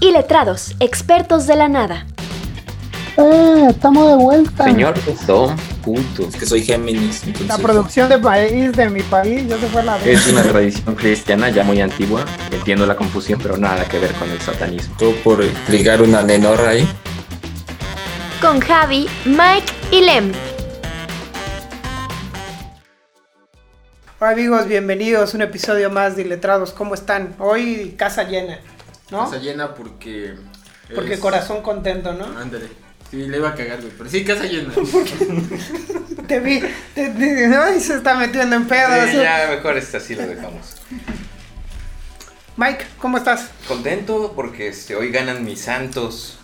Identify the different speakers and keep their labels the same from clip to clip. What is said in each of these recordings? Speaker 1: y letrados, expertos de la nada.
Speaker 2: ¡Eh! Estamos de vuelta.
Speaker 3: Señor Don Punto.
Speaker 4: Es que soy Géminis. entonces-
Speaker 2: La producción de país de mi país ya se fue a la
Speaker 3: Es una tradición cristiana ya muy antigua. Entiendo la confusión, pero nada que ver con el satanismo.
Speaker 4: Todo por ligar una nenorra ahí.
Speaker 1: Con Javi, Mike y Lem.
Speaker 2: Hola amigos, bienvenidos a un episodio más de Letrados. ¿Cómo están? Hoy casa llena, ¿no?
Speaker 5: Casa Ah. llena porque.
Speaker 2: Porque
Speaker 5: es-
Speaker 2: corazón contento, ¿no?
Speaker 5: Ándale. Sí, le iba a cagar, güey. Pero sí, casa llena.
Speaker 2: Te vi, te, te- ay, se está metiendo en pedos.
Speaker 6: Sí, ya mejor es así lo dejamos.
Speaker 2: Mike, ¿cómo estás?
Speaker 6: Contento porque este, hoy ganan mis santos.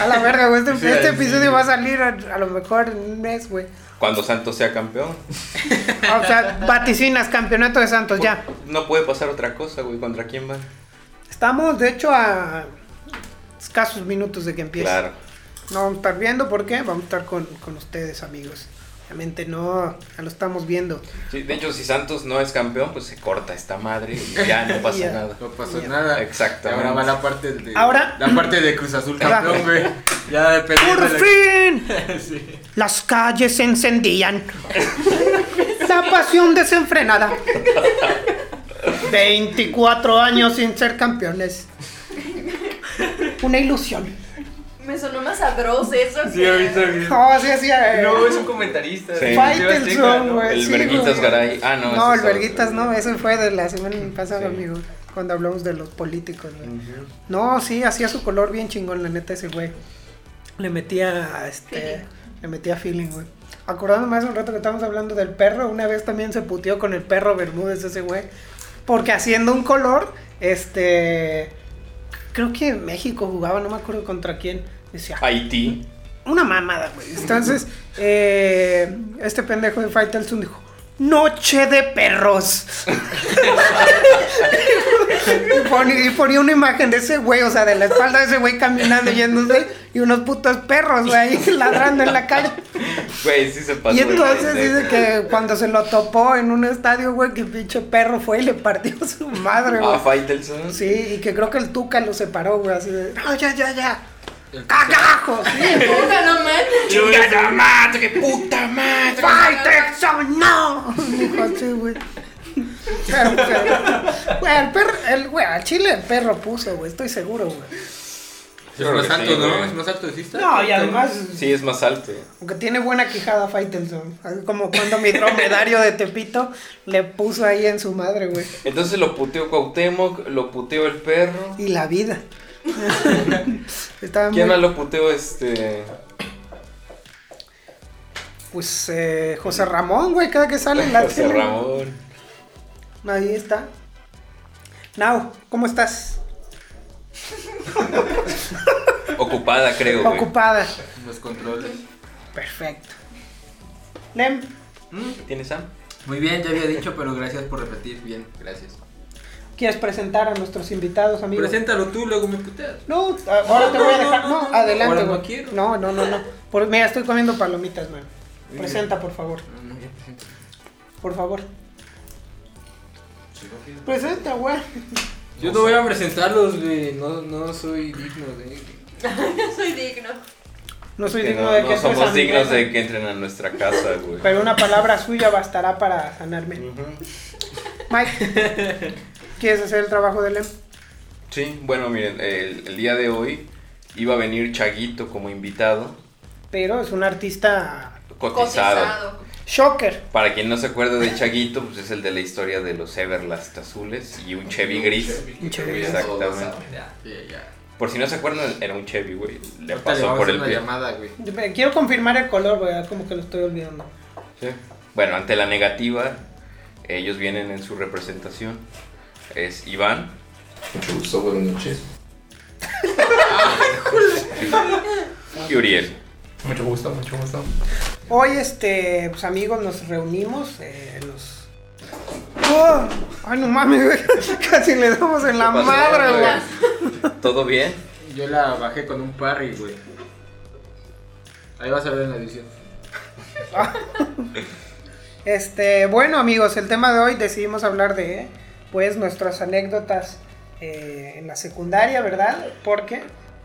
Speaker 2: A la verga, güey. Este,
Speaker 5: Sí,
Speaker 2: este
Speaker 5: sí.
Speaker 2: episodio va a salir a, a lo mejor en un mes, güey. Ah,
Speaker 6: Cuando Santos sea campeón.
Speaker 2: O sea, vaticinas, campeonato de Santos, Pues ya.
Speaker 6: No puede pasar otra cosa, güey. ¿Contra quién van?
Speaker 2: Estamos, de hecho, a escasos minutos de que empiece.
Speaker 6: Claro.
Speaker 2: No vamos a estar viendo, ¿por qué? Vamos a estar con, con ustedes, amigos. Obviamente no, ya lo estamos viendo.
Speaker 6: Sí, de hecho, si Santos no es campeón, pues se corta esta madre y ya no pasa
Speaker 2: Ya.
Speaker 6: nada.
Speaker 5: No pasó nada.
Speaker 6: Exactamente.
Speaker 5: Ahora va la parte de.
Speaker 2: Ahora-
Speaker 5: La parte de Cruz Azul
Speaker 2: Ahora-
Speaker 5: campeón, güey. Ya depende.
Speaker 2: ¡Por
Speaker 5: de la-
Speaker 2: fin!
Speaker 5: Sí.
Speaker 2: Las calles se encendían. La pasión desenfrenada. 24 años sin ser campeones. Una ilusión.
Speaker 7: Me sonó más sabroso eso.
Speaker 5: Sí, ahorita. güey.
Speaker 2: No, sí, sí, eh.
Speaker 5: No, es un comentarista.
Speaker 6: Sí.
Speaker 5: de
Speaker 2: Fight
Speaker 5: Teo
Speaker 2: el
Speaker 5: Azteca,
Speaker 2: son,
Speaker 5: ¿no?
Speaker 2: güey.
Speaker 6: El
Speaker 2: sí,
Speaker 6: Verguitas
Speaker 2: güey.
Speaker 6: Garay. Ah, no.
Speaker 2: No, el
Speaker 6: ese es
Speaker 2: verguitas
Speaker 6: otro.
Speaker 2: no, eso fue de la semana pasada,
Speaker 6: Sí.
Speaker 2: amigo, cuando hablamos de los políticos. güey. No, sí, hacía su color bien chingón, la neta, ese güey. Le metía, este, le metía feeling, güey. Acordándome hace un rato que estábamos hablando del perro, una vez también se puteó con el perro Bermúdez ese güey, porque haciendo un color, este, creo que México jugaba, no me acuerdo contra quién, decía,
Speaker 6: Haití.
Speaker 2: una mamada, güey. Entonces, eh, este pendejo de Faitelson dijo, Noche de perros. y, pone- y ponía una imagen de ese güey, o sea, de la espalda de ese güey caminando yéndose y unos putos perros, güey, ahí ladrando en la calle.
Speaker 6: Güey, sí se pasó.
Speaker 2: Y
Speaker 6: de
Speaker 2: entonces
Speaker 6: pendejo.
Speaker 2: dice que cuando se lo topó en un estadio, güey, que pinche perro fue y le partió su madre,
Speaker 6: Ah,
Speaker 2: güey.
Speaker 6: Faitelson.
Speaker 2: Sí, y que creo que el Tuca lo separó, güey, así de, no, ya, ya, ya. ¡Cagajo! Sí,
Speaker 7: Puta, no mames.
Speaker 6: ¡Chingada madre! ¡Puta madre!
Speaker 2: Faitelson, no. Dijo así, güey. Pero, pero, güey, el perro, el, güey, al chile el perro puso, güey, estoy seguro, güey.
Speaker 5: Es más
Speaker 6: Sí,
Speaker 5: alto, ¿no?
Speaker 6: güey.
Speaker 5: Es más alto, ¿sí está?
Speaker 2: No, y además,
Speaker 6: Sí, es más alto.
Speaker 2: aunque tiene buena quijada Faitelson, así como cuando mi dromedario de Tepito le puso ahí en su madre, güey,
Speaker 6: Entonces lo puteó Cuauhtémoc, lo puteó el perro.
Speaker 2: y la vida. Estaba
Speaker 6: ¿Quién
Speaker 2: muy-
Speaker 6: más lo puteó este?
Speaker 2: Pues eh, José Ramón, güey, cada que sale en la
Speaker 6: José
Speaker 2: tele.
Speaker 6: Ramón.
Speaker 2: Ahí está. Now, ¿cómo estás?
Speaker 6: Ocupada, creo, güey.
Speaker 2: Ocupada.
Speaker 5: Los controles.
Speaker 2: Perfecto. Lem,
Speaker 6: ¿Tienes Sam?
Speaker 5: Muy bien, ya había dicho, pero gracias por repetir. Bien, gracias.
Speaker 2: ¿quieres presentar a nuestros invitados, amigo?
Speaker 5: Preséntalo tú, luego me puteas.
Speaker 2: No, a- ahora te
Speaker 5: No,
Speaker 2: voy a
Speaker 5: no,
Speaker 2: dejar.
Speaker 5: no,
Speaker 2: No,
Speaker 5: no,
Speaker 2: adelante,
Speaker 5: ahora no
Speaker 2: güey.
Speaker 5: quiero.
Speaker 2: No, no, no, no. Por- mira, estoy comiendo palomitas, man. Presenta, por favor. Por favor. Presenta, güey.
Speaker 5: Yo no voy a presentarlos, güey. No, no soy digno de.
Speaker 7: Yo soy digno.
Speaker 2: No soy
Speaker 6: Que
Speaker 2: digno
Speaker 6: no,
Speaker 2: de
Speaker 6: no
Speaker 2: que esto es
Speaker 6: somos
Speaker 2: amigo,
Speaker 6: dignos de
Speaker 2: güey.
Speaker 6: que entren a nuestra casa, güey.
Speaker 2: Pero una palabra suya bastará para sanarme. Mike, ¿quieres hacer el trabajo de Lem?
Speaker 6: Sí, bueno, miren, el, el día de hoy iba a venir Chaguito como invitado,
Speaker 2: Pero es un artista
Speaker 6: cotizado.
Speaker 7: Cotizado.
Speaker 2: shocker.
Speaker 6: Para quien no se acuerde de Chaguito, pues es el de la historia de los Everlast azules y un Chevy gris.
Speaker 2: Un Chevy gris.
Speaker 6: Exactamente.
Speaker 5: Ya, ya, ya.
Speaker 6: Por si no se acuerdan, era un Chevy, güey. Le
Speaker 5: Ahorita le
Speaker 6: pasó
Speaker 5: vamos a
Speaker 6: por
Speaker 5: hacer
Speaker 6: el
Speaker 5: una
Speaker 6: pie.
Speaker 5: llamada, güey.
Speaker 2: Yo me- Quiero confirmar el color, güey. Como que lo estoy olvidando.
Speaker 6: Sí. Bueno, ante la negativa, ellos vienen en su representación. Es Iván.
Speaker 4: Mucho buenas noches.
Speaker 6: y Uriel.
Speaker 4: Mucho gusto, mucho gusto.
Speaker 2: Hoy, este, pues amigos, nos reunimos. Eh, nos. ¡Oh! ¡Ay, no mames, güey! Casi le damos en la
Speaker 6: ¿Qué pasó,
Speaker 2: madre,
Speaker 6: güey?
Speaker 2: güey.
Speaker 6: ¿Todo bien?
Speaker 5: Yo la bajé con un parry, güey. Ahí vas a ver en la edición.
Speaker 2: Este, bueno, amigos, el tema de hoy decidimos hablar de, pues, nuestras anécdotas eh, en la secundaria, ¿verdad? Porque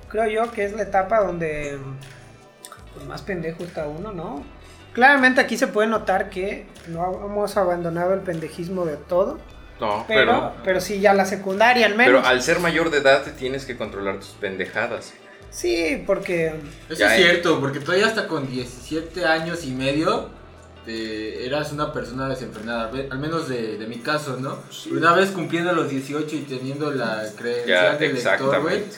Speaker 2: creo yo que es la etapa donde pues, más pendejo está uno, ¿no? Claramente aquí se puede notar que no hemos abandonado el pendejismo de todo,
Speaker 6: No,
Speaker 2: pero,
Speaker 6: pero,
Speaker 2: pero sí ya la secundaria al menos.
Speaker 6: pero al ser mayor de edad tienes que controlar tus pendejadas.
Speaker 2: Sí, porque
Speaker 5: Eso
Speaker 6: Ya,
Speaker 5: es
Speaker 6: eh.
Speaker 5: cierto, porque todavía hasta con 17 años y medio te- eras una persona desenfrenada, ve- al menos de, de mi caso, ¿no? Una vez cumpliendo los 18 y teniendo la credencial
Speaker 6: Ya,
Speaker 5: del lector, Pues güey.
Speaker 6: exactamente.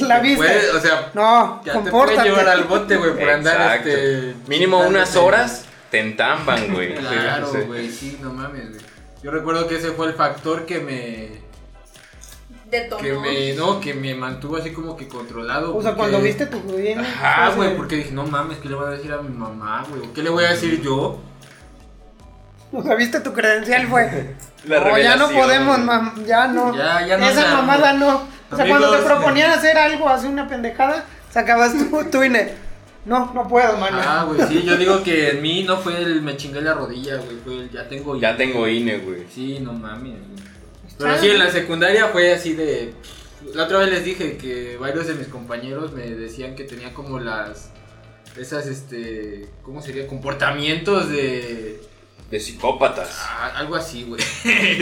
Speaker 2: La
Speaker 5: te
Speaker 2: viste.
Speaker 5: puede- o sea,
Speaker 2: no,
Speaker 5: ya te puede
Speaker 2: compórtate.
Speaker 5: llevar al bote, güey, por andar
Speaker 6: Exacto.
Speaker 5: este...
Speaker 6: Mínimo unas
Speaker 5: chingándote.
Speaker 6: horas te entamban, güey. Sí,
Speaker 5: Claro,
Speaker 6: sí.
Speaker 5: güey, sí, no mames, güey. Yo recuerdo que ese fue el factor que me...
Speaker 7: Detonó.
Speaker 5: Que me, no, que me mantuvo así como que controlado.
Speaker 2: O sea, cuando
Speaker 5: porque-
Speaker 2: viste tu bien,
Speaker 5: Ajá,
Speaker 2: fue
Speaker 5: güey,
Speaker 2: de-
Speaker 5: porque dije, no mames, ¿qué le voy a decir a mi mamá, güey? ¿O ¿Qué le voy a decir yo?
Speaker 2: o sea, viste tu credencial fue.
Speaker 6: La
Speaker 2: no, ya no
Speaker 6: revelación.
Speaker 2: podemos, mam, ya no.
Speaker 5: Ya, ya no,
Speaker 2: Esa
Speaker 5: ya.
Speaker 2: mamada no. O sea, cuando te
Speaker 5: Amigos,
Speaker 2: proponían hacer algo, hacer una pendejada, sacabas tu, tu INE. No, no puedo, mano.
Speaker 5: Ah, güey, sí, yo digo que en mí no fue el me chingué la rodilla, güey, fue el ya tengo
Speaker 6: Ya tengo INE, güey.
Speaker 5: Sí, no mames, güey. Pero sí, en la secundaria fue así de... La otra vez les dije que varios de mis compañeros me decían que tenía como las... Esas, este... ¿Cómo sería? Comportamientos de...
Speaker 6: De psicópatas.
Speaker 5: Ah, algo así, güey.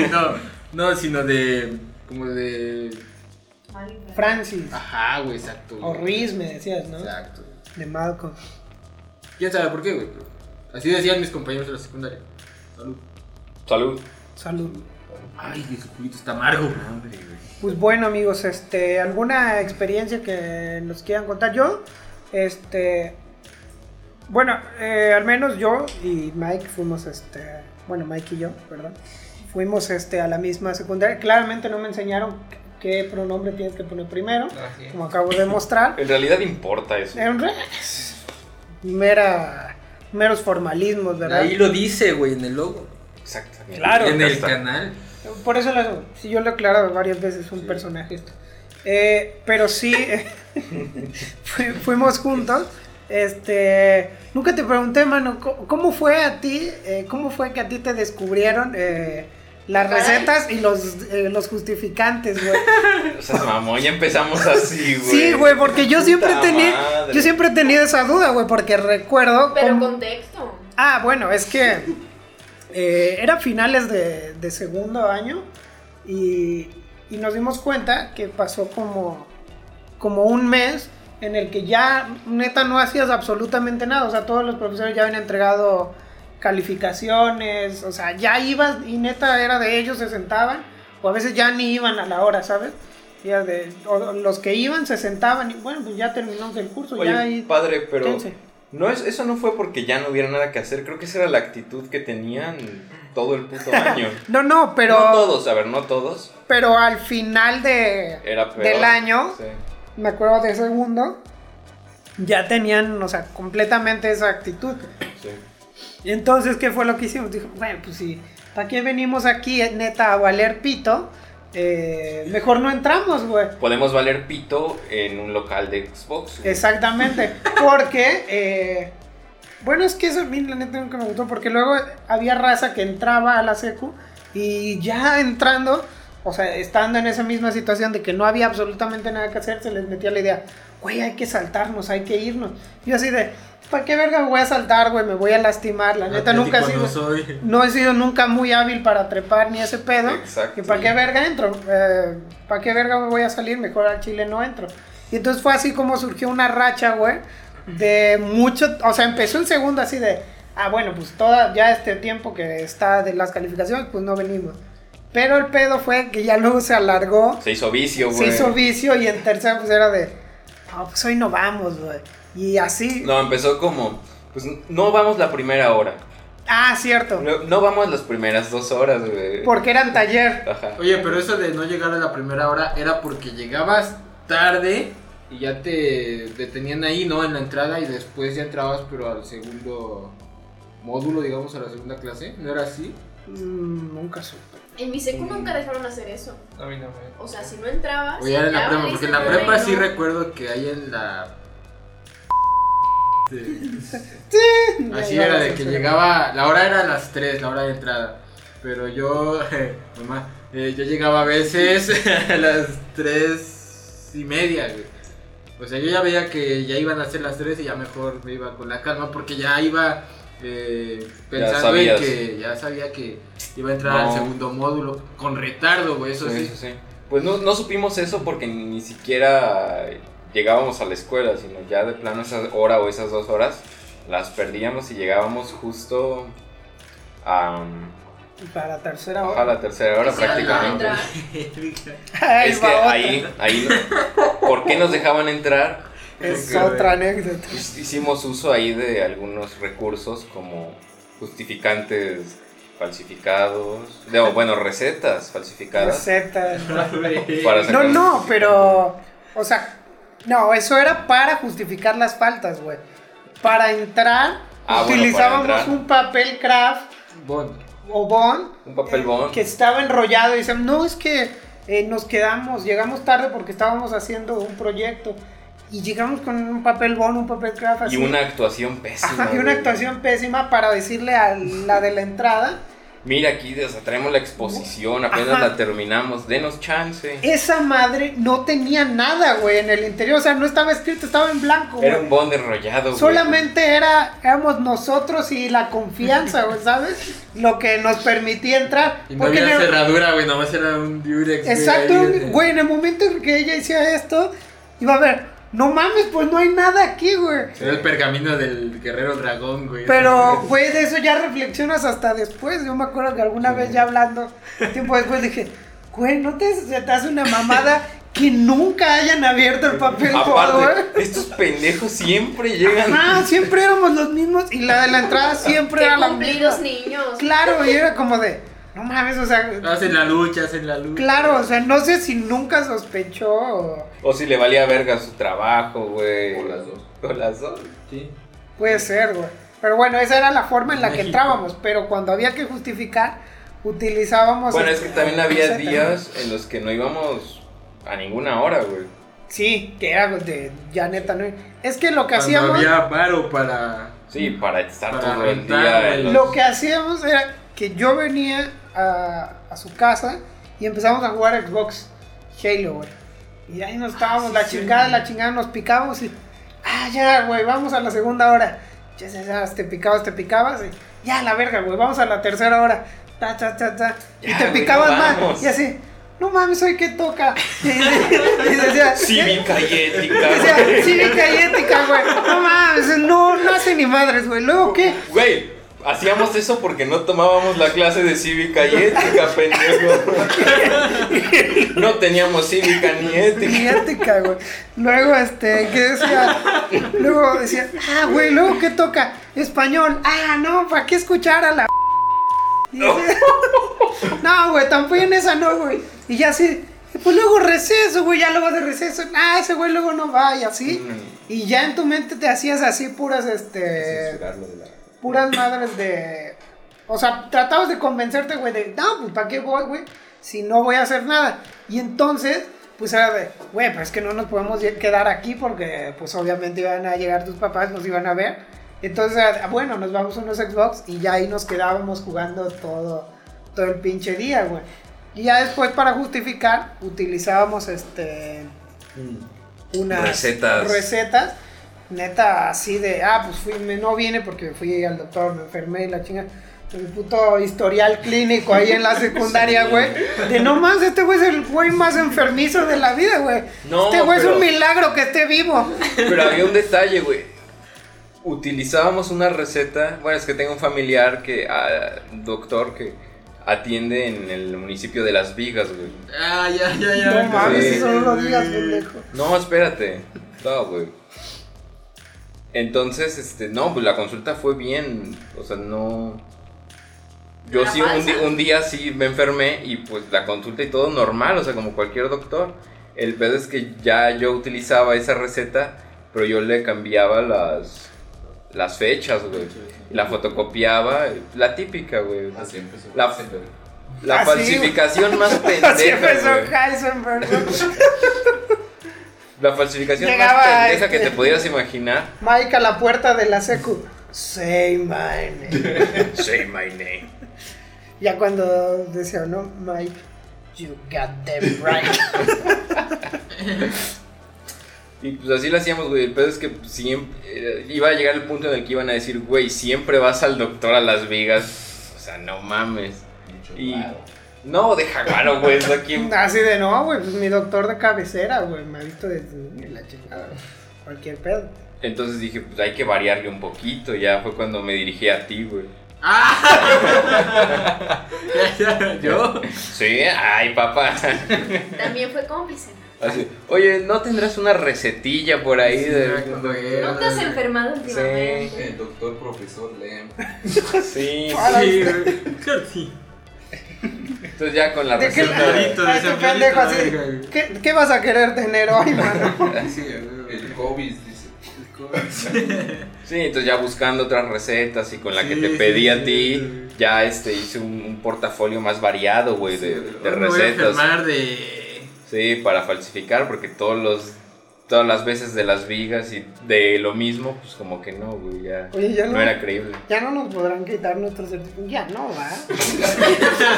Speaker 5: no, no, sino de... Como de...
Speaker 7: Ay, güey.
Speaker 2: Francis.
Speaker 5: Ajá, güey, exacto.
Speaker 2: O
Speaker 5: güey.
Speaker 2: Riz, me decías, ¿no?
Speaker 5: Exacto.
Speaker 2: De Malcolm.
Speaker 5: ¿Quién sabe por qué, güey? pero Así decían mis compañeros de la secundaria. Salud.
Speaker 6: Salud.
Speaker 2: Salud.
Speaker 5: Ay, su culito está amargo. Hombre, güey.
Speaker 2: Pues bueno, amigos, este, alguna experiencia que nos quieran contar. Yo, este, bueno, eh, al menos yo y Mike fuimos, este, bueno, Mike y yo, perdón, fuimos, este, a la misma secundaria. Claramente no me enseñaron qué pronombre tienes que poner primero, como acabo de mostrar.
Speaker 6: En realidad importa eso.
Speaker 2: En re- mera, meros formalismos, ¿verdad?
Speaker 5: Ahí lo dice, güey, en el logo.
Speaker 6: Exactamente.
Speaker 2: Claro.
Speaker 5: En
Speaker 6: Ya
Speaker 5: el
Speaker 6: está.
Speaker 5: canal.
Speaker 2: Por eso lo, si yo lo he aclarado varias veces, un personaje esto. Eh, pero sí, eh, fu- fuimos juntos. Este, nunca te pregunté, mano, co- ¿cómo fue a ti, eh, cómo fue que a ti te descubrieron eh, las
Speaker 7: Caray.
Speaker 2: recetas y los, eh, los justificantes, güey?
Speaker 6: O sea, mamón, ya empezamos así, güey.
Speaker 2: Sí, güey, porque yo siempre
Speaker 6: Puta
Speaker 2: tenía,
Speaker 6: madre.
Speaker 2: yo siempre he tenido esa duda, güey, porque recuerdo...
Speaker 7: Pero
Speaker 2: cómo-
Speaker 7: contexto.
Speaker 2: Ah, bueno, es que eh, era finales de, de segundo año y, y nos dimos cuenta que pasó como, como un mes en el que ya neta no hacías absolutamente nada. O sea, todos los profesores ya habían entregado calificaciones, o sea, ya ibas y neta era de ellos, se sentaban, o a veces ya ni iban a la hora, ¿sabes? Ya de- o los que iban se sentaban y bueno, pues ya terminamos el curso,
Speaker 6: Oye,
Speaker 2: ya ahí...
Speaker 6: padre, pero
Speaker 2: tense.
Speaker 6: no es, eso no fue porque ya no hubiera nada que hacer. Creo que esa era la actitud que tenían todo el puto año.
Speaker 2: No, no, pero...
Speaker 6: No todos, a ver, no todos.
Speaker 2: Pero al final de,
Speaker 6: Era peor.
Speaker 2: del año,
Speaker 6: Sí.
Speaker 2: me acuerdo de segundo, ya tenían, o sea, completamente esa actitud.
Speaker 6: Sí.
Speaker 2: Y entonces, ¿qué fue lo que hicimos? Dijo, bueno, pues sí, ¿para qué venimos aquí, eh, neta, a valer pito? Eh, mejor no entramos, güey.
Speaker 6: Podemos valer pito en un local de Xbox. güey.
Speaker 2: Exactamente, porque, eh, bueno, es que eso a mí la neta nunca me gustó, porque luego había raza que entraba a la secu y ya entrando, o sea, estando en esa misma situación de que no había absolutamente nada que hacer, se les metía la idea, güey, hay que saltarnos, hay que irnos. Yo así de, ¿para qué verga me voy a saltar, güey? Me voy a lastimar,
Speaker 5: Ah,
Speaker 2: la neta nunca he
Speaker 5: Atlético
Speaker 2: sido...
Speaker 5: no soy.
Speaker 2: No he sido nunca muy hábil para trepar ni ese pedo.
Speaker 6: Exacto.
Speaker 2: ¿Y para qué verga entro? ¿Para qué verga me voy a salir? Mejor al Chile no entro. Y entonces fue así como surgió una racha, güey, de mucho, o sea, empezó el segundo así de, ah, bueno, pues toda, ya este tiempo que está de las calificaciones, pues no venimos. Pero el pedo fue que ya luego se alargó
Speaker 6: Se hizo vicio,
Speaker 2: se
Speaker 6: Oh, güey.
Speaker 2: hizo vicio y en tercero pues era de, no, pues hoy no vamos, güey. Y así,
Speaker 6: No, empezó como, pues no vamos la primera hora.
Speaker 2: ah, cierto,
Speaker 6: No, no vamos las primeras dos horas, güey.
Speaker 2: porque eran taller.
Speaker 6: Ajá.
Speaker 5: Oye, pero eso de no llegar a la primera hora era porque llegabas tarde y ya te detenían ahí, ¿no? En la entrada y después ya entrabas, pero al segundo módulo, digamos, a la segunda clase. ¿No era así?
Speaker 2: Mm, nunca supe.
Speaker 7: En mi secu nunca dejaron hacer eso.
Speaker 4: A mí no me.
Speaker 7: O sea, si no entrabas.
Speaker 5: O ya era en la
Speaker 7: ya
Speaker 5: prepa,
Speaker 7: valiste
Speaker 5: porque en la
Speaker 7: madre,
Speaker 5: prepa sí
Speaker 7: ¿no?
Speaker 5: recuerdo que hay en la... Así
Speaker 2: Ya, ya,
Speaker 5: era,
Speaker 2: ya,
Speaker 5: de
Speaker 2: sí,
Speaker 5: que
Speaker 2: sí.
Speaker 5: llegaba, la hora era a las 3, la hora de entrada. Pero yo, mamá, Eh, yo llegaba a veces a las tres y media, güey. O sea, yo ya veía que ya iban a ser las tres y ya mejor me iba con la calma porque ya iba eh, pensando en
Speaker 6: sabías.
Speaker 5: que ya sabía que iba a entrar
Speaker 6: No.
Speaker 5: al segundo módulo con retardo, güey, eso sí.
Speaker 6: Sí, sí, sí. Pues no, no supimos eso porque ni siquiera llegábamos a la escuela, sino ya de plano esa hora o esas dos horas las perdíamos y llegábamos justo a,
Speaker 2: Para la tercera
Speaker 6: a
Speaker 2: hora.
Speaker 6: la tercera hora
Speaker 7: Sí, no,
Speaker 6: prácticamente.
Speaker 7: entrar.
Speaker 2: Ahí
Speaker 6: Es que
Speaker 2: va otra.
Speaker 6: ahí, ahí, ¿por qué nos dejaban entrar?
Speaker 2: Es
Speaker 5: Porque-
Speaker 2: otra anécdota.
Speaker 6: Hic- Hicimos uso ahí de algunos recursos como justificantes falsificados, no, bueno, recetas falsificadas.
Speaker 2: Recetas.
Speaker 6: para
Speaker 2: No,
Speaker 6: sacar-
Speaker 2: no, pero. O sea, no, eso era para justificar las faltas, güey. Para entrar,
Speaker 6: Ah, bueno, para
Speaker 2: utilizábamos
Speaker 6: entrar.
Speaker 2: un papel craft
Speaker 5: Bond.
Speaker 2: o bond
Speaker 6: Un papel bond.
Speaker 2: que estaba enrollado y dicen, no, es que eh, nos quedamos, llegamos tarde porque estábamos haciendo un proyecto y llegamos con un papel bond, un papel craft así.
Speaker 6: Y una actuación pésima.
Speaker 2: Ajá, y una
Speaker 6: güey.
Speaker 2: actuación pésima para decirle a la de la entrada.
Speaker 6: Mira aquí, o sea, traemos la exposición, apenas
Speaker 2: Ajá.
Speaker 6: la terminamos, denos chance.
Speaker 2: Esa madre no tenía nada, güey, en el interior. O sea, no estaba escrito, estaba en blanco, güey.
Speaker 6: Era un bond enrollado, güey.
Speaker 2: Solamente era, éramos nosotros y la confianza, güey, ¿sabes? Lo que nos permitía entrar.
Speaker 5: Y no
Speaker 2: Porque en
Speaker 5: había
Speaker 2: el-
Speaker 5: cerradura, güey, nomás era un Durex. güey,
Speaker 2: exacto,
Speaker 5: ahí, eh.
Speaker 2: un- güey, en el momento en que ella hacía esto, iba a ver, no mames, pues no hay nada aquí, güey.
Speaker 5: Era el pergamino del guerrero dragón, güey.
Speaker 2: Pero, güey, de eso ya reflexionas hasta después. Yo me acuerdo que alguna vez ya hablando, tiempo después dije, güey, ¿no te, se te hace una mamada que nunca hayan abierto el papel por, güey?
Speaker 6: Aparte, estos pendejos siempre llegan.
Speaker 2: Ah, siempre éramos los mismos y la de la entrada siempre
Speaker 7: Qué
Speaker 2: era la
Speaker 7: cumplidos
Speaker 2: misma.
Speaker 7: niños.
Speaker 2: Claro, y era como de, no mames, o sea,
Speaker 6: Ah,
Speaker 5: Hacen la lucha, hacen la lucha.
Speaker 2: claro, o sea, no sé si nunca sospechó. o-
Speaker 6: O si le valía verga su trabajo, güey.
Speaker 4: O las dos.
Speaker 6: O las dos.
Speaker 5: Sí.
Speaker 2: Puede ser, güey. Pero bueno, esa era la forma en la que
Speaker 5: México.
Speaker 2: entrábamos, pero cuando había que justificar, utilizábamos...
Speaker 6: Bueno, es
Speaker 2: este,
Speaker 6: que también había
Speaker 2: etcétera.
Speaker 6: días en los que no íbamos a ninguna hora, güey.
Speaker 2: Sí, que era de, ya neta, ¿no? Es que lo que
Speaker 5: Cuando
Speaker 2: hacíamos,
Speaker 5: había varo para.
Speaker 6: Sí, para estar
Speaker 5: Para
Speaker 6: todo el
Speaker 5: rentar,
Speaker 6: día.
Speaker 5: güey.
Speaker 6: en los-
Speaker 2: lo que hacíamos era que yo venía a, a su casa y empezamos a jugar Xbox Halo, güey. Y ahí
Speaker 6: Ah,
Speaker 2: nos estábamos, la chingada, la chingada, nos picábamos y, ah, ya, güey, vamos a la segunda hora. Ya, ya, ya, te picabas, te picabas y, ya, la verga, güey, vamos a la tercera hora. Ta, ta, ta, ta. y
Speaker 6: Ya,
Speaker 2: te
Speaker 6: güey, no
Speaker 2: picabas más
Speaker 6: vamos.
Speaker 2: y así, no mames, hoy que toca. Y, decía, "Eh,
Speaker 6: Cívica y ética.
Speaker 2: O sea,
Speaker 6: güey.
Speaker 2: cívica y ética, güey. No mames, no, no hace ni madres, güey. Luego, ¿qué?
Speaker 6: Güey, hacíamos eso porque no tomábamos la clase de cívica y ética, pendejo. No teníamos cívica ni ética.
Speaker 2: Ni ética, güey. Luego, este, ¿qué decía? Luego decía, ah, güey, luego, ¿qué toca? Español. Ah, no, ¿para qué escuchar a la
Speaker 6: No.
Speaker 2: No, güey, tampoco en esa no, güey. Y ya así, pues luego receso, güey, ya luego de receso. Ah, ese güey luego no va y así. Y ya en tu mente te hacías así puras, este... puras madres de. O sea, tratabas de convencerte, güey, de, no, pues, ¿para qué voy, güey? Si no voy a hacer nada. Y entonces, pues era de, güey, pero es que no nos podemos ye- quedar aquí porque, pues, obviamente iban a llegar tus papás, nos iban a ver. Entonces, era de, "Ah, bueno, nos vamos a unos Xbox y ya ahí nos quedábamos jugando todo, todo el pinche día, güey. Y ya después, para justificar, utilizábamos este. Unas
Speaker 6: Recetas.
Speaker 2: recetas neta así de, ah, pues fui, me- no viene porque fui al doctor, me enfermé y la chinga. El puto historial clínico ahí en la secundaria, güey. De no más, este güey es el güey más enfermizo de la vida, güey.
Speaker 6: No,
Speaker 2: este güey es un
Speaker 6: pero-
Speaker 2: milagro que esté vivo.
Speaker 6: Pero había un detalle, güey. Utilizábamos una receta. Bueno, es que tengo un familiar que. ah, doctor que atiende en el municipio de Las Vigas, güey.
Speaker 5: Ah, ya, ya, ya.
Speaker 2: No mames,
Speaker 6: sí.
Speaker 2: eso no lo digas, pendejo.
Speaker 6: No, espérate. No, güey. Entonces, este, no, pues la consulta fue bien. O sea, no. Yo
Speaker 7: Era
Speaker 6: sí, un,
Speaker 7: falsa.
Speaker 6: di- un día sí me enfermé y pues la consulta y todo normal, o sea, como cualquier doctor. El pedo es que ya yo utilizaba esa receta, pero yo le cambiaba las, las fechas, güey. La fotocopiaba, la típica, güey.
Speaker 4: Así empezó.
Speaker 6: La-
Speaker 4: Siempre.
Speaker 6: La
Speaker 2: Ah, sí,
Speaker 6: falsificación más
Speaker 2: Así
Speaker 6: pendeja.
Speaker 2: empezó
Speaker 6: güey.
Speaker 2: Heisenberg. güey.
Speaker 6: La falsificación
Speaker 2: Llegaba,
Speaker 6: más pendeja que
Speaker 2: este,
Speaker 6: te pudieras imaginar.
Speaker 2: Mike a la puerta de la secu. Say my name.
Speaker 6: Say my name.
Speaker 2: Ya cuando decía, no, Mike. You got them right.
Speaker 6: Y pues así lo hacíamos, güey. El pedo es que pues, siempre eh, iba a llegar el punto en el que iban a decir, güey, siempre vas al doctor a Las Vegas. O sea, no mames. Y no, de jaguaro, güey. eso aquí en-
Speaker 2: Así de no, güey, pues mi doctor de cabecera, güey, me ha visto desde niño y la chingada. güey. Cualquier pedo.
Speaker 6: Entonces dije, pues hay que variarle un poquito. Ya fue cuando me dirigí a ti, güey.
Speaker 5: ¡Ah! Ya, ya, ¿Yo?
Speaker 6: Sí, ay, papá.
Speaker 7: También fue cómplice.
Speaker 6: Así, Oye, ¿no tendrás una recetilla por ahí?
Speaker 5: Sí, me acuerdo,
Speaker 6: de...
Speaker 5: güey.
Speaker 7: ¿No te has enfermado últimamente?
Speaker 4: El doctor profesor Lem.
Speaker 6: Sí,
Speaker 2: Ah,
Speaker 5: Sí, güey. Claro, sí.
Speaker 6: entonces ya con la
Speaker 2: ¿De qué
Speaker 6: receta.
Speaker 5: Señorito, de
Speaker 2: Ay, este
Speaker 5: señorito,
Speaker 2: pendejo así?
Speaker 5: verga, güey.
Speaker 2: ¿Qué, qué vas a querer tener hoy, mano?
Speaker 5: Sí, güey.
Speaker 4: El COVID, dice.
Speaker 6: Sí, entonces ya buscando otras recetas y con la que
Speaker 5: Sí,
Speaker 6: te
Speaker 5: sí,
Speaker 6: pedí a
Speaker 5: sí,
Speaker 6: ti,
Speaker 5: sí.
Speaker 6: ya este hice un, un portafolio más variado, güey, de, de
Speaker 5: Ahora me voy a
Speaker 6: recetas.
Speaker 5: enfermar de...
Speaker 6: Sí, para falsificar, porque todos los, todas las veces de las vigas y de lo mismo, pues como que no, güey, ya,
Speaker 2: Oye, ya
Speaker 6: no,
Speaker 2: no.
Speaker 6: era creíble.
Speaker 2: Ya no nos podrán quitar nuestro certificado. Ya no, va.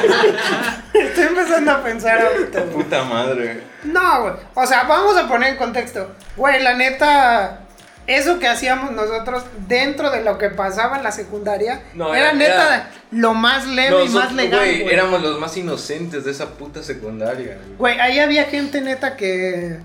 Speaker 2: Estoy empezando a pensar ahorita, güey.
Speaker 6: Puta madre.
Speaker 2: No, güey. O sea, vamos a poner en contexto. Güey, la neta, eso que hacíamos nosotros dentro de lo que pasaba en la secundaria
Speaker 6: No,
Speaker 2: era,
Speaker 6: era-
Speaker 2: neta
Speaker 6: era-
Speaker 2: lo más leve y
Speaker 6: Nosotros,
Speaker 2: más legal.
Speaker 6: güey,
Speaker 2: güey.
Speaker 6: éramos los más inocentes de esa puta secundaria. güey.
Speaker 2: Güey, ahí había gente neta que,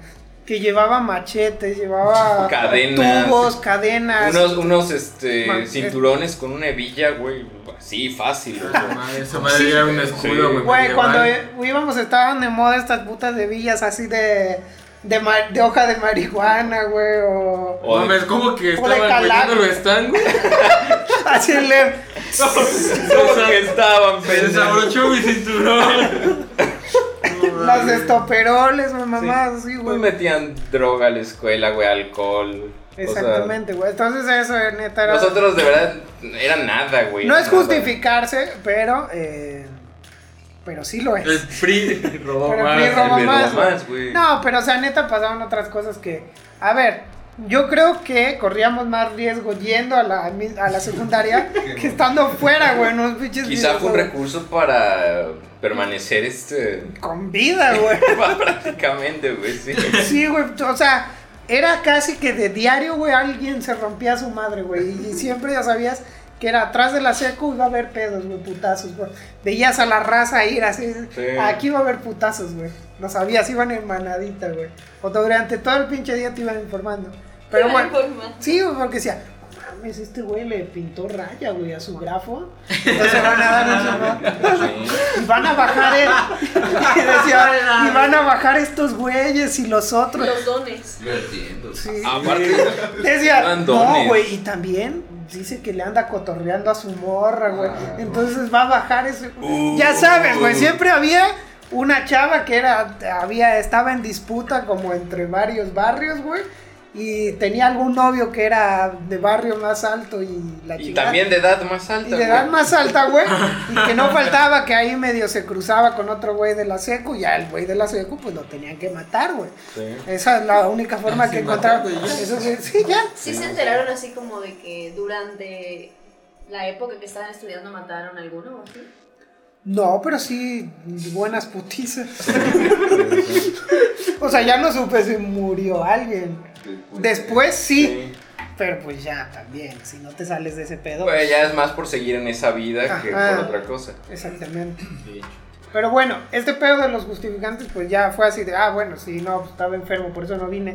Speaker 2: que llevaba machetes, llevaba
Speaker 6: Cadenas.
Speaker 2: tubos, cadenas.
Speaker 6: Unos, unos este,
Speaker 2: Man,
Speaker 6: cinturones con una hebilla, güey, así fácil. güey.
Speaker 5: Esa madre, esa madre era un escudo, güey.
Speaker 2: Güey, cuando e-
Speaker 5: medieval.
Speaker 2: íbamos estaban de moda estas putas de villas así de, de, ma- de hoja de marihuana, güey, o
Speaker 6: O
Speaker 5: No,
Speaker 6: de-
Speaker 5: ves como
Speaker 2: o
Speaker 5: que
Speaker 2: de
Speaker 5: estaban
Speaker 2: calaca.
Speaker 5: metiendo el stand, güey.
Speaker 2: así le...
Speaker 6: Como que estaban
Speaker 5: Se
Speaker 6: pendejos.
Speaker 5: desabrochó mi cinturón. No,
Speaker 2: Las
Speaker 5: mames.
Speaker 2: estoperoles, mamá, sí,
Speaker 6: Pues
Speaker 2: güey.
Speaker 6: metían droga a la escuela, güey, alcohol. o sea,
Speaker 2: Exactamente, güey. Entonces eso, eh, neta, era...
Speaker 6: nosotros de verdad era nada, güey.
Speaker 2: no es
Speaker 6: nada.
Speaker 2: justificarse, pero... eh, pero sí lo es.
Speaker 5: El PRI robó
Speaker 2: Pero el
Speaker 5: más.
Speaker 2: PRI robó
Speaker 6: El
Speaker 2: más,
Speaker 6: verbo
Speaker 2: güey.
Speaker 6: más, güey.
Speaker 2: No, pero o sea, neta pasaban otras cosas que... A ver, yo creo que corríamos más riesgo yendo a la, mi- a la secundaria que estando fuera, güey, unos pinches...
Speaker 6: Quizá fue un
Speaker 2: videojuegos.
Speaker 6: recurso para permanecer este
Speaker 2: Con vida, güey.
Speaker 6: prácticamente, güey, sí.
Speaker 2: Sí, güey, o sea, era casi que de diario, güey, alguien se rompía su madre, güey, y, y siempre ya sabías que era atrás de la seco iba a haber pedos, güey, putazos, güey. Veías a la raza ir así,
Speaker 6: Sí.
Speaker 2: aquí iba a haber putazos, güey. No sabías, iban en manadita, güey. O durante todo el pinche día te iban informando. Pero
Speaker 7: Qué
Speaker 2: bueno,
Speaker 7: mal forma.
Speaker 2: sí, güey, porque decía, "No mames, este güey le pintó raya, güey, a su grafo. Entonces van a dar un chingón". Y van a bajar el, y decía, "Y van a bajar estos güeyes y los otros.
Speaker 7: Los dones.
Speaker 4: Lo entiendo.
Speaker 6: Ah,
Speaker 2: Sí.
Speaker 6: Aparte,
Speaker 2: Decía,
Speaker 6: Eran
Speaker 2: no,
Speaker 6: dones".
Speaker 2: güey, y también dice que le anda cotorreando a su morra, güey.
Speaker 4: Ah, no.
Speaker 2: Entonces va a bajar ese.
Speaker 6: Uh.
Speaker 2: ya sabes, güey, siempre había una chava que era, había, estaba en disputa como entre varios barrios, güey. Y tenía algún novio que era de barrio más alto y la
Speaker 6: y
Speaker 2: chingada.
Speaker 6: también de edad más
Speaker 2: Y
Speaker 6: alta,
Speaker 2: de
Speaker 6: güey.
Speaker 2: edad más alta, güey. Y que no faltaba que ahí medio se cruzaba con otro güey de la secu. Ya el güey de la secu, pues lo tenían que matar, güey.
Speaker 6: Sí.
Speaker 2: Esa es la única forma
Speaker 5: Ah,
Speaker 2: que
Speaker 5: sí,
Speaker 2: encontraba.
Speaker 5: matar, güey, ya.
Speaker 2: Eso sí, sí, ya.
Speaker 7: Sí se enteraron así como de que durante la época que estaban estudiando mataron a alguno o así.
Speaker 2: No, pero sí, buenas putizas. o sea, ya no supe si murió alguien. Después sí,
Speaker 6: Sí.
Speaker 2: pero pues ya también, si no te sales de ese pedo.
Speaker 6: Güey, ya es más por seguir en esa vida que
Speaker 2: Ajá.
Speaker 6: por otra cosa.
Speaker 2: Exactamente. Pero bueno, este pedo de los justificantes, pues ya fue así de, ah, bueno, sí, no, pues, estaba enfermo, por eso no vine.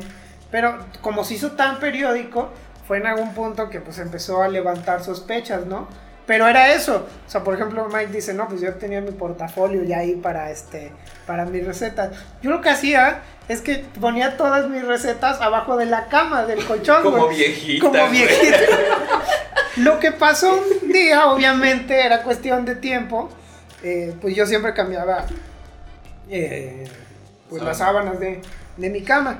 Speaker 2: Pero como se hizo tan periódico, fue en algún punto que pues empezó a levantar sospechas, ¿no? Pero era eso. O sea, por ejemplo, Mike dice, no, pues yo tenía mi portafolio ya ahí para, este, para mis recetas. Yo lo que hacía es que ponía todas mis recetas abajo de la cama, del colchón,
Speaker 6: Como
Speaker 2: Pues, güey.
Speaker 6: viejita.
Speaker 2: Como
Speaker 6: güey.
Speaker 2: viejita. Lo que pasó un día, obviamente, era cuestión de tiempo. eh, pues yo siempre cambiaba eh, pues las sábanas de, de mi cama.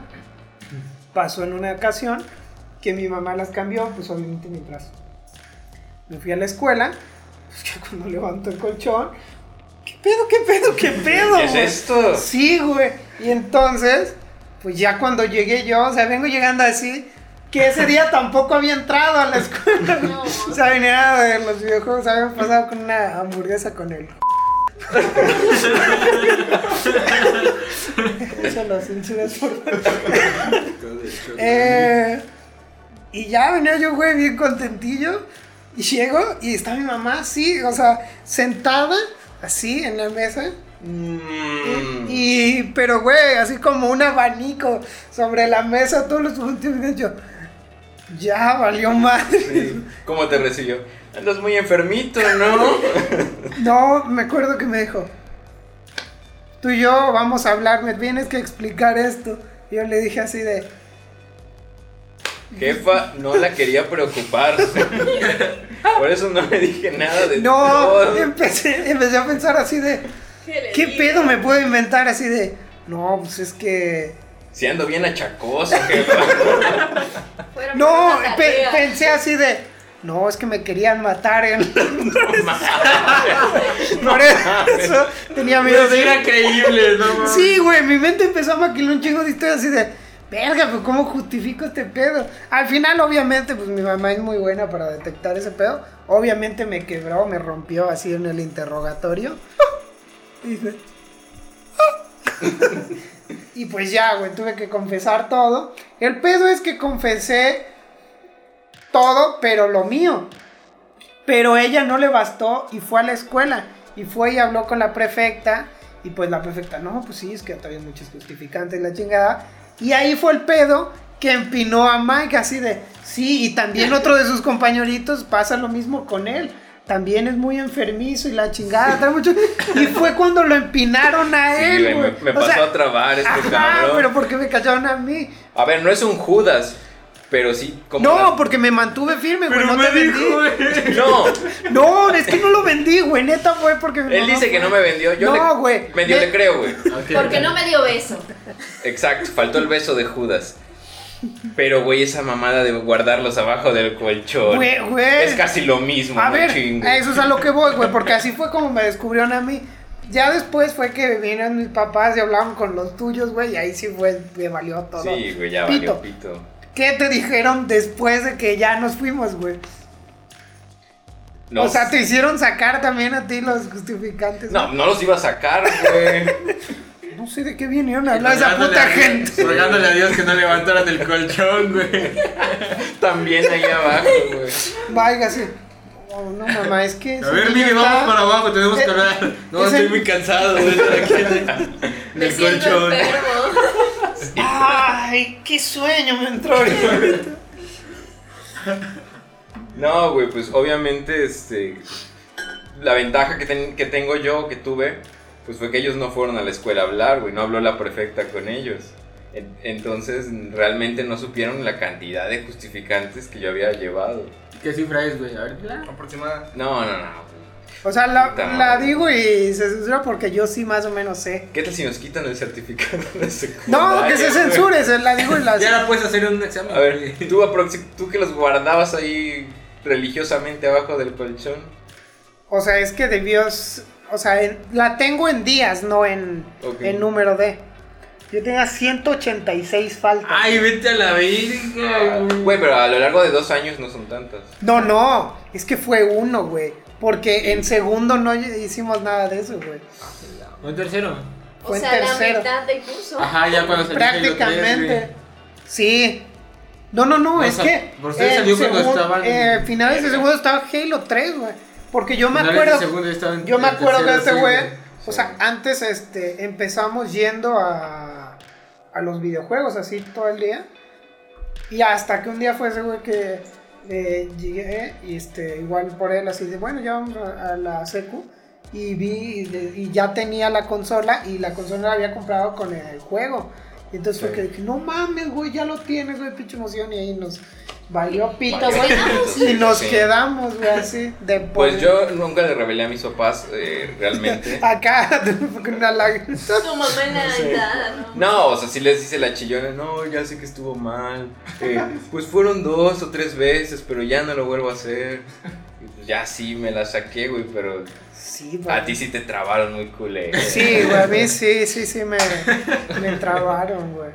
Speaker 2: Pasó en una ocasión que mi mamá las cambió, pues obviamente mientras me fui a la escuela, pues ya cuando levanto el colchón, ¿qué pedo, qué pedo, qué pedo?
Speaker 6: ¿Qué es
Speaker 2: güey?
Speaker 6: esto?
Speaker 2: Sí, güey. Y entonces, pues ya cuando llegué yo, o sea, vengo llegando así, que ese día tampoco había entrado a la escuela.
Speaker 7: No.
Speaker 2: O sea, venía de los videojuegos, habían pasado con una hamburguesa con él. Eso lo censuras por
Speaker 4: Entonces,
Speaker 2: Eh, y ya venía yo, güey, bien contentillo. Y llego y está mi mamá así, o sea, sentada, así en la mesa.
Speaker 6: Mm,
Speaker 2: Y, pero, güey, así como un abanico sobre la mesa, todos los puntos yo. Ya valió madre.
Speaker 6: Sí. ¿Cómo te recibió? Andas muy enfermito, ¿no?
Speaker 2: No, me acuerdo que me dijo, tú y yo vamos a hablar, me tienes que explicar esto. Y yo le dije así de,
Speaker 6: Jefa, no la quería preocupar. Por eso no le dije nada de
Speaker 2: no,
Speaker 6: todo.
Speaker 2: empecé, empecé a pensar así de, ¿qué pedo me puedo inventar así de, no, pues es que...
Speaker 6: Si ando bien achacoso, jefa.
Speaker 7: Fueron
Speaker 2: No,
Speaker 7: por una
Speaker 2: pe-
Speaker 7: tarea.
Speaker 2: pensé así de, no, es que me querían matar. En... Por eso tenía miedo de ir
Speaker 5: Era creíble, ¿no? mames?
Speaker 2: Sí, güey, mi mente empezó a maquilar un chingo de historias así de, verga, pues cómo justifico este pedo. Al final, obviamente, pues mi mamá es muy buena para detectar ese pedo. Obviamente me quebró, me rompió así en el interrogatorio. Y dice, "Ah". y pues ya, güey, tuve que confesar todo. El pedo es que confesé todo, pero lo mío. Pero ella no le bastó y fue a la escuela. Y fue y habló con la prefecta. Y pues la prefecta, no, pues sí, es que todavía hay muchos justificantes, la chingada. Y ahí fue el pedo que empinó a Mike así de, sí, y también otro de sus compañeritos pasa lo mismo con él. También es muy enfermizo y la chingada. trae mucho- Y fue cuando lo empinaron a
Speaker 6: Sí,
Speaker 2: él.
Speaker 6: güey, me,
Speaker 2: güey.
Speaker 6: me
Speaker 2: O
Speaker 6: pasó
Speaker 2: sea,
Speaker 6: a trabar este
Speaker 2: Ajá,
Speaker 6: cabrón.
Speaker 2: pero porque me callaron a mí.
Speaker 6: A ver, no es un Judas, pero sí como.
Speaker 2: No,
Speaker 6: la-
Speaker 2: porque me mantuve firme, güey.
Speaker 5: Pero
Speaker 2: No
Speaker 5: me
Speaker 2: te vendí.
Speaker 5: dijo, eh.
Speaker 6: No,
Speaker 2: No, es que no lo vendí, güey. Neta fue porque mi
Speaker 6: él
Speaker 2: mamá
Speaker 6: dice que
Speaker 2: fue.
Speaker 6: no me vendió. Yo
Speaker 2: No,
Speaker 6: le,
Speaker 2: güey. Eh.
Speaker 6: Medio
Speaker 2: Ve-
Speaker 6: le creo, güey.
Speaker 7: Porque no me dio beso.
Speaker 6: Exacto, faltó el beso de Judas. Pero, güey, esa mamada de guardarlos abajo del colchón.
Speaker 2: Güey, güey.
Speaker 6: Es casi lo mismo,
Speaker 2: A
Speaker 6: no
Speaker 2: ver,
Speaker 6: chingues.
Speaker 2: a eso es a lo que voy, güey, porque así fue como me descubrieron a mí. Ya después fue que vinieron mis papás y hablaban con los tuyos, güey, y ahí sí fue, me valió todo.
Speaker 6: Sí, güey, ya
Speaker 2: Pito.
Speaker 6: valió pito.
Speaker 2: ¿Qué te dijeron después de que ya nos fuimos, güey?
Speaker 6: No,
Speaker 2: O sea, te hicieron sacar también a ti los justificantes.
Speaker 6: no, no los iba a sacar, güey.
Speaker 2: güey? No sé de qué vinieron a hablar esa
Speaker 5: Rogándole
Speaker 2: puta
Speaker 5: a-
Speaker 2: gente.
Speaker 5: Rogándole a Dios que no levantaran el colchón, güey.
Speaker 6: También ahí abajo, güey.
Speaker 2: Vaya, sí. Oh, no, mamá, es que.
Speaker 5: A ver,
Speaker 2: mire,
Speaker 5: Miguel, vamos para abajo, tenemos que
Speaker 2: Eh,
Speaker 5: hablar. No,
Speaker 2: ese-
Speaker 5: estoy muy cansado de estar aquí en el, en
Speaker 7: Me
Speaker 5: el
Speaker 7: siento
Speaker 5: colchón.
Speaker 7: enfermo.
Speaker 2: ¡Ay, qué sueño me entró! ahorita.
Speaker 6: No, güey, pues obviamente, este. La ventaja que, ten- que tengo yo, que tuve, pues fue que ellos no fueron a la escuela a hablar, güey. No habló la prefecta con ellos. En- Entonces, realmente no supieron la cantidad de justificantes que yo había llevado.
Speaker 5: ¿Qué cifra es, güey? A ver, la-
Speaker 4: aproximada.
Speaker 6: No, no, no. güey.
Speaker 2: O sea, la,
Speaker 6: Puta
Speaker 2: la
Speaker 6: madre.
Speaker 2: digo y se censura porque yo sí más o menos sé.
Speaker 6: ¿Qué tal si nos quitan el certificado de secundaria?
Speaker 2: No, que se
Speaker 6: güey?
Speaker 2: censure, se la digo y la
Speaker 5: Ya la puedes hacer en un examen.
Speaker 6: A ver, tú, aproxi- tú que los guardabas ahí religiosamente abajo del colchón.
Speaker 2: O sea, es que debió. s- O sea, en- la tengo en días, no en,
Speaker 6: Ok.
Speaker 2: en número de. Yo tenía 186 faltas.
Speaker 5: Ay, vete a la virga,
Speaker 6: Ah, Güey, pero a lo largo de dos años no son tantas.
Speaker 2: No, no, es que fue uno, güey. Porque en segundo no hicimos nada de eso, güey.
Speaker 5: ¿Un tercero?
Speaker 7: O
Speaker 2: Fue en
Speaker 7: sea, la
Speaker 2: tercero.
Speaker 7: mitad del curso.
Speaker 5: Ajá, ya cuando salió
Speaker 2: Prácticamente. Sí. No, no, no,
Speaker 5: O
Speaker 2: es
Speaker 5: sea,
Speaker 2: que.
Speaker 5: por ustedes
Speaker 2: en
Speaker 5: salió cuando
Speaker 2: segun-
Speaker 5: estaban-
Speaker 2: eh, finales de segundo estaba Halo 3, güey. Porque yo me acuerdo. Yo me acuerdo que este güey, o sea, antes este, empezamos yendo a, a los videojuegos así todo el día. Y hasta que un día fue ese güey que eh, llegué y este, igual por él así de, bueno, ya vamos a, a la secu. Y vi y, de- y ya tenía la consola y la consola la había comprado con el juego. Y entonces fue
Speaker 6: Sí.
Speaker 2: que dije, no mames, güey, ya lo tienes, güey, pinche emoción. Y ahí nos valió pito,
Speaker 7: Valió.
Speaker 2: güey. Y nos
Speaker 6: Sí.
Speaker 2: quedamos, güey, así. De
Speaker 6: Pues
Speaker 2: por-
Speaker 6: yo nunca le revelé a mis papás eh, realmente.
Speaker 2: Acá, con una lágrima.
Speaker 7: Tu mamá en la edad, ¿no?
Speaker 6: No, o sea, sí les dice la chillona, no, ya sé que estuvo mal. eh, pues fueron dos o tres veces, pero ya no lo vuelvo a hacer. Y pues ya sí me la saqué, güey, pero
Speaker 2: Sí, güey.
Speaker 6: a ti sí te trabaron muy culé.
Speaker 2: Sí, güey, a mí sí, sí, sí me, me trabaron, güey.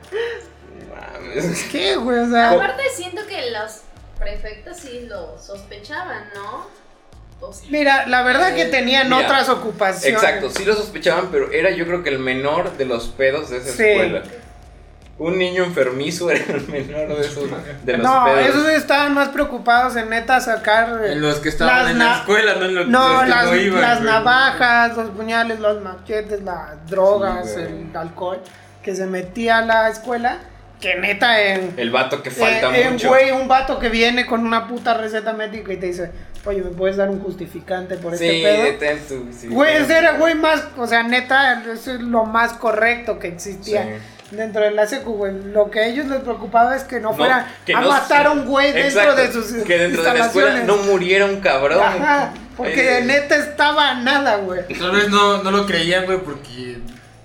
Speaker 6: Mames.
Speaker 2: ¿Qué, güey? O sea,
Speaker 7: Aparte siento que las prefectas sí lo sospechaban, ¿no? o sea,
Speaker 8: Mira, la verdad que tenían
Speaker 6: Mira,
Speaker 8: otras ocupaciones.
Speaker 6: Exacto, sí lo sospechaban, pero era yo creo que el menor de los pedos de esa
Speaker 8: Sí.
Speaker 6: escuela. Un niño enfermizo era el menor de, esos, de los
Speaker 8: No,
Speaker 6: pedos.
Speaker 8: esos estaban más preocupados en neta sacar. eh,
Speaker 5: En los que estaban
Speaker 8: las
Speaker 5: en la
Speaker 8: na-
Speaker 5: escuela, no en los los
Speaker 8: No,
Speaker 5: que
Speaker 8: las,
Speaker 5: no iban.
Speaker 8: las
Speaker 5: güey.
Speaker 8: navajas, los puñales, los machetes, las drogas,
Speaker 6: Sí, güey.
Speaker 8: el alcohol que se metía a la escuela. Que neta en.
Speaker 6: El vato que falta
Speaker 8: eh, en
Speaker 6: mucho.
Speaker 8: güey, un vato que viene con una puta receta médica y te dice, oye, ¿me puedes dar un justificante por
Speaker 6: sí,
Speaker 8: este pedo?
Speaker 6: detén tu- sí,
Speaker 8: Güey,
Speaker 6: detén.
Speaker 8: ese era güey más, o sea, neta, eso es lo más correcto que existía dentro de la secu, güey. Lo que a ellos les preocupaba es que no,
Speaker 6: No,
Speaker 8: fuera
Speaker 6: que
Speaker 8: a
Speaker 6: no-
Speaker 8: matar a un güey dentro
Speaker 6: Exacto,
Speaker 8: de sus
Speaker 6: que dentro de la escuela
Speaker 8: instalaciones.
Speaker 6: no muriera un cabrón.
Speaker 8: Ajá, porque
Speaker 6: Eh,
Speaker 8: neta estaba a nada, güey.
Speaker 5: Tal vez no, no lo creían, güey, porque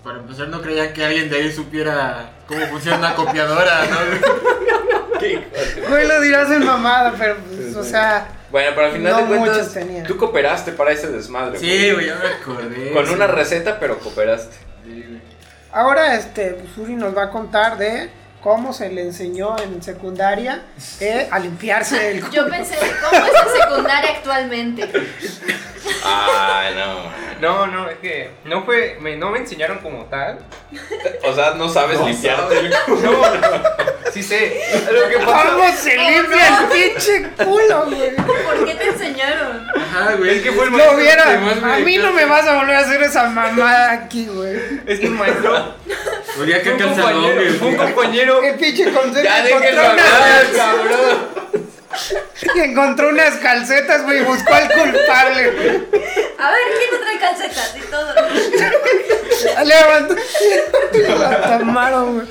Speaker 5: para empezar no creían que alguien de ahí supiera cómo funciona una copiadora, ¿no?
Speaker 8: Güey, lo dirás en mamada, pero, pues, o sea,
Speaker 6: Bueno, pero al final
Speaker 8: No
Speaker 6: de cuentas,
Speaker 8: muchos tenían.
Speaker 6: tú cooperaste para ese desmadre.
Speaker 5: Sí, güey, ya me acordé.
Speaker 6: Con
Speaker 5: sí.
Speaker 6: una receta, pero cooperaste.
Speaker 5: Sí, güey.
Speaker 8: ahora este, pues, Uri nos va a contar de cómo se le enseñó en secundaria eh, a limpiarse el
Speaker 7: yo pensé, ¿cómo es la secundaria actualmente?
Speaker 6: Ah, no.
Speaker 2: No, no, es que no fue, me, no me enseñaron como tal.
Speaker 6: O sea, no sabes limpiarte el culo.
Speaker 2: No, sí sé. Lo que pasa
Speaker 8: ¿Cómo se limpia el pinche culo, güey?
Speaker 7: ¿Por qué te enseñaron?
Speaker 5: Ajá, güey.
Speaker 2: es que fue el
Speaker 8: No
Speaker 2: maestro.
Speaker 8: hubiera,
Speaker 5: que más me
Speaker 8: a mí no
Speaker 5: encanta.
Speaker 8: me vas a volver a hacer esa mamada aquí, güey.
Speaker 2: Es que el maestro
Speaker 5: Olía
Speaker 2: fue
Speaker 5: Pues que
Speaker 2: un
Speaker 5: calzadón,
Speaker 2: compañero, fue un
Speaker 5: güey.
Speaker 2: compañero
Speaker 8: El pinche consejo
Speaker 6: Ya déjenlo
Speaker 8: encontró,
Speaker 6: hablar,
Speaker 8: unas,
Speaker 6: cabrón.
Speaker 8: encontró unas calcetas, güey, y buscó al culpable, güey.
Speaker 7: A ver, ¿quién no trae calcetas y todo?
Speaker 8: Levantó, lo tomaron, güey.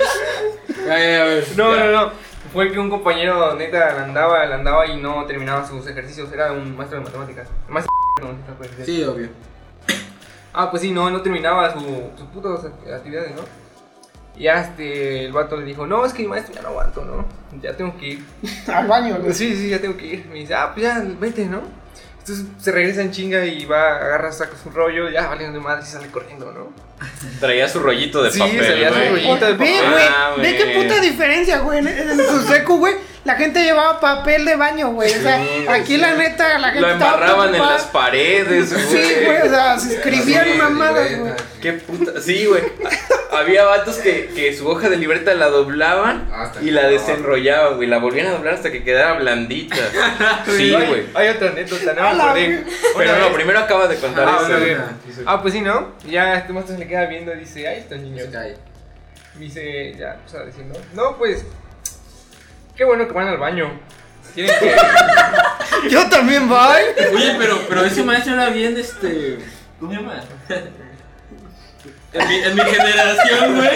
Speaker 5: Ay, a ver.
Speaker 2: No,
Speaker 5: ya.
Speaker 2: no, no. Fue que un compañero neta la andaba, la andaba y no terminaba sus ejercicios. Era un maestro de matemáticas. El Maestro de matemáticas, puede ser.
Speaker 5: Sí, obvio.
Speaker 2: pues, Ah, pues sí, no, no terminaba su, sus putas act- actividades, ¿no? Y ya este, el vato le dijo, no, es que maestro ya no aguanto, ¿no? Ya tengo que ir.
Speaker 8: Al baño, güey.
Speaker 2: Sí, sí, ya tengo que ir. Me dice, ah, pues ya, vete, ¿no? Entonces se regresa en chinga y va, agarra, saca su rollo, ya valiendo de madre y sale corriendo, ¿no?
Speaker 6: Traía su rollito de
Speaker 2: Sí,
Speaker 6: papel.
Speaker 2: traía su
Speaker 6: güey.
Speaker 2: rollito.
Speaker 8: Oye, Ve, güey,
Speaker 6: Ah,
Speaker 8: ve qué
Speaker 6: güey.
Speaker 8: puta diferencia, güey. En, en su seco, güey, la gente llevaba papel de baño, güey. Pues, O sea,
Speaker 6: Sí,
Speaker 8: aquí
Speaker 6: sí.
Speaker 8: la neta, la gente
Speaker 6: Lo
Speaker 8: estaba
Speaker 6: embarraban en
Speaker 8: preocupada.
Speaker 6: las paredes, güey.
Speaker 8: Sí, güey, o sea, se escribían
Speaker 5: Sí,
Speaker 8: mamadas,
Speaker 5: güey,
Speaker 8: güey.
Speaker 6: Qué puta. Sí, güey. Había vatos que, que su hoja de libreta la doblaban
Speaker 2: Ah,
Speaker 9: Hasta
Speaker 6: y
Speaker 9: que
Speaker 6: la
Speaker 9: quedaba.
Speaker 6: desenrollaban, güey. La volvían a doblar hasta que quedara blandita. Sí,
Speaker 2: Hay-
Speaker 6: güey.
Speaker 2: Hay otra anécdota, no me
Speaker 8: A la
Speaker 2: acordé.
Speaker 8: verga.
Speaker 2: Una
Speaker 6: Pero
Speaker 2: vez-
Speaker 6: no, primero acaba de contar
Speaker 2: Ah,
Speaker 6: eso.
Speaker 2: una
Speaker 6: güey.
Speaker 2: vez. Ah, pues sí, ¿no? Y Ya este maestro se le queda viendo y dice, ay, estos niños.
Speaker 5: Se cae.
Speaker 2: Me dice, ya, pues a decir, ¿no? No, pues, qué bueno que van al baño. Tienen que...
Speaker 8: Yo también voy.
Speaker 5: Oye, pero, pero ese maestro era bien, este... ¿Cómo se llama? En mi, en mi generación, güey,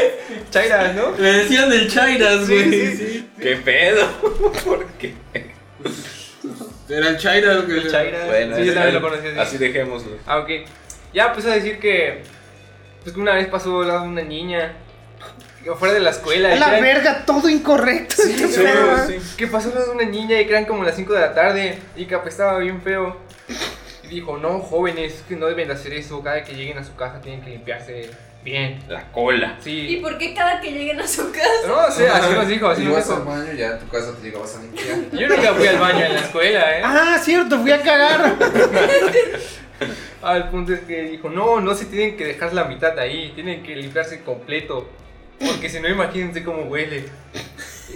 Speaker 2: Chairas, ¿no?
Speaker 5: le decían el Chairas, güey. sí.
Speaker 6: ¿Qué pedo? ¿Por qué?
Speaker 5: Era el Chairas, güey.
Speaker 2: El Chairas.
Speaker 6: Bueno,
Speaker 2: sí, yo
Speaker 6: eh,
Speaker 2: también lo conocí así.
Speaker 6: así dejémoslo.
Speaker 2: Ah, ok. Ya, pues a decir que... Pues que una vez pasó al lado de una niña. Que fuera de la escuela.
Speaker 8: A
Speaker 2: y
Speaker 8: la
Speaker 2: crean-
Speaker 8: verga, todo incorrecto. este
Speaker 2: Sí,
Speaker 8: pedo, ¿eh?
Speaker 2: sí. Que pasó al lado de una niña y que eran como las 5 de la tarde. Y que apestaba bien feo. Y dijo, no, jóvenes, que no deben de hacer eso. Cada que lleguen a su casa tienen que limpiarse bien.
Speaker 6: La cola.
Speaker 2: Sí.
Speaker 7: ¿Y por qué cada que lleguen a su casa?
Speaker 2: No, sé, así nos dijo, así nos
Speaker 9: Ibas al
Speaker 2: dijo.
Speaker 9: baño y ya a tu casa te llegabas a limpiar.
Speaker 2: Yo nunca fui al baño en la escuela, ¿eh?
Speaker 8: Ah, cierto, fui a cagar.
Speaker 2: Ah, el punto es que dijo, no, no se tienen que dejar la mitad ahí, tienen que limpiarse completo, porque si no, imagínense cómo huele.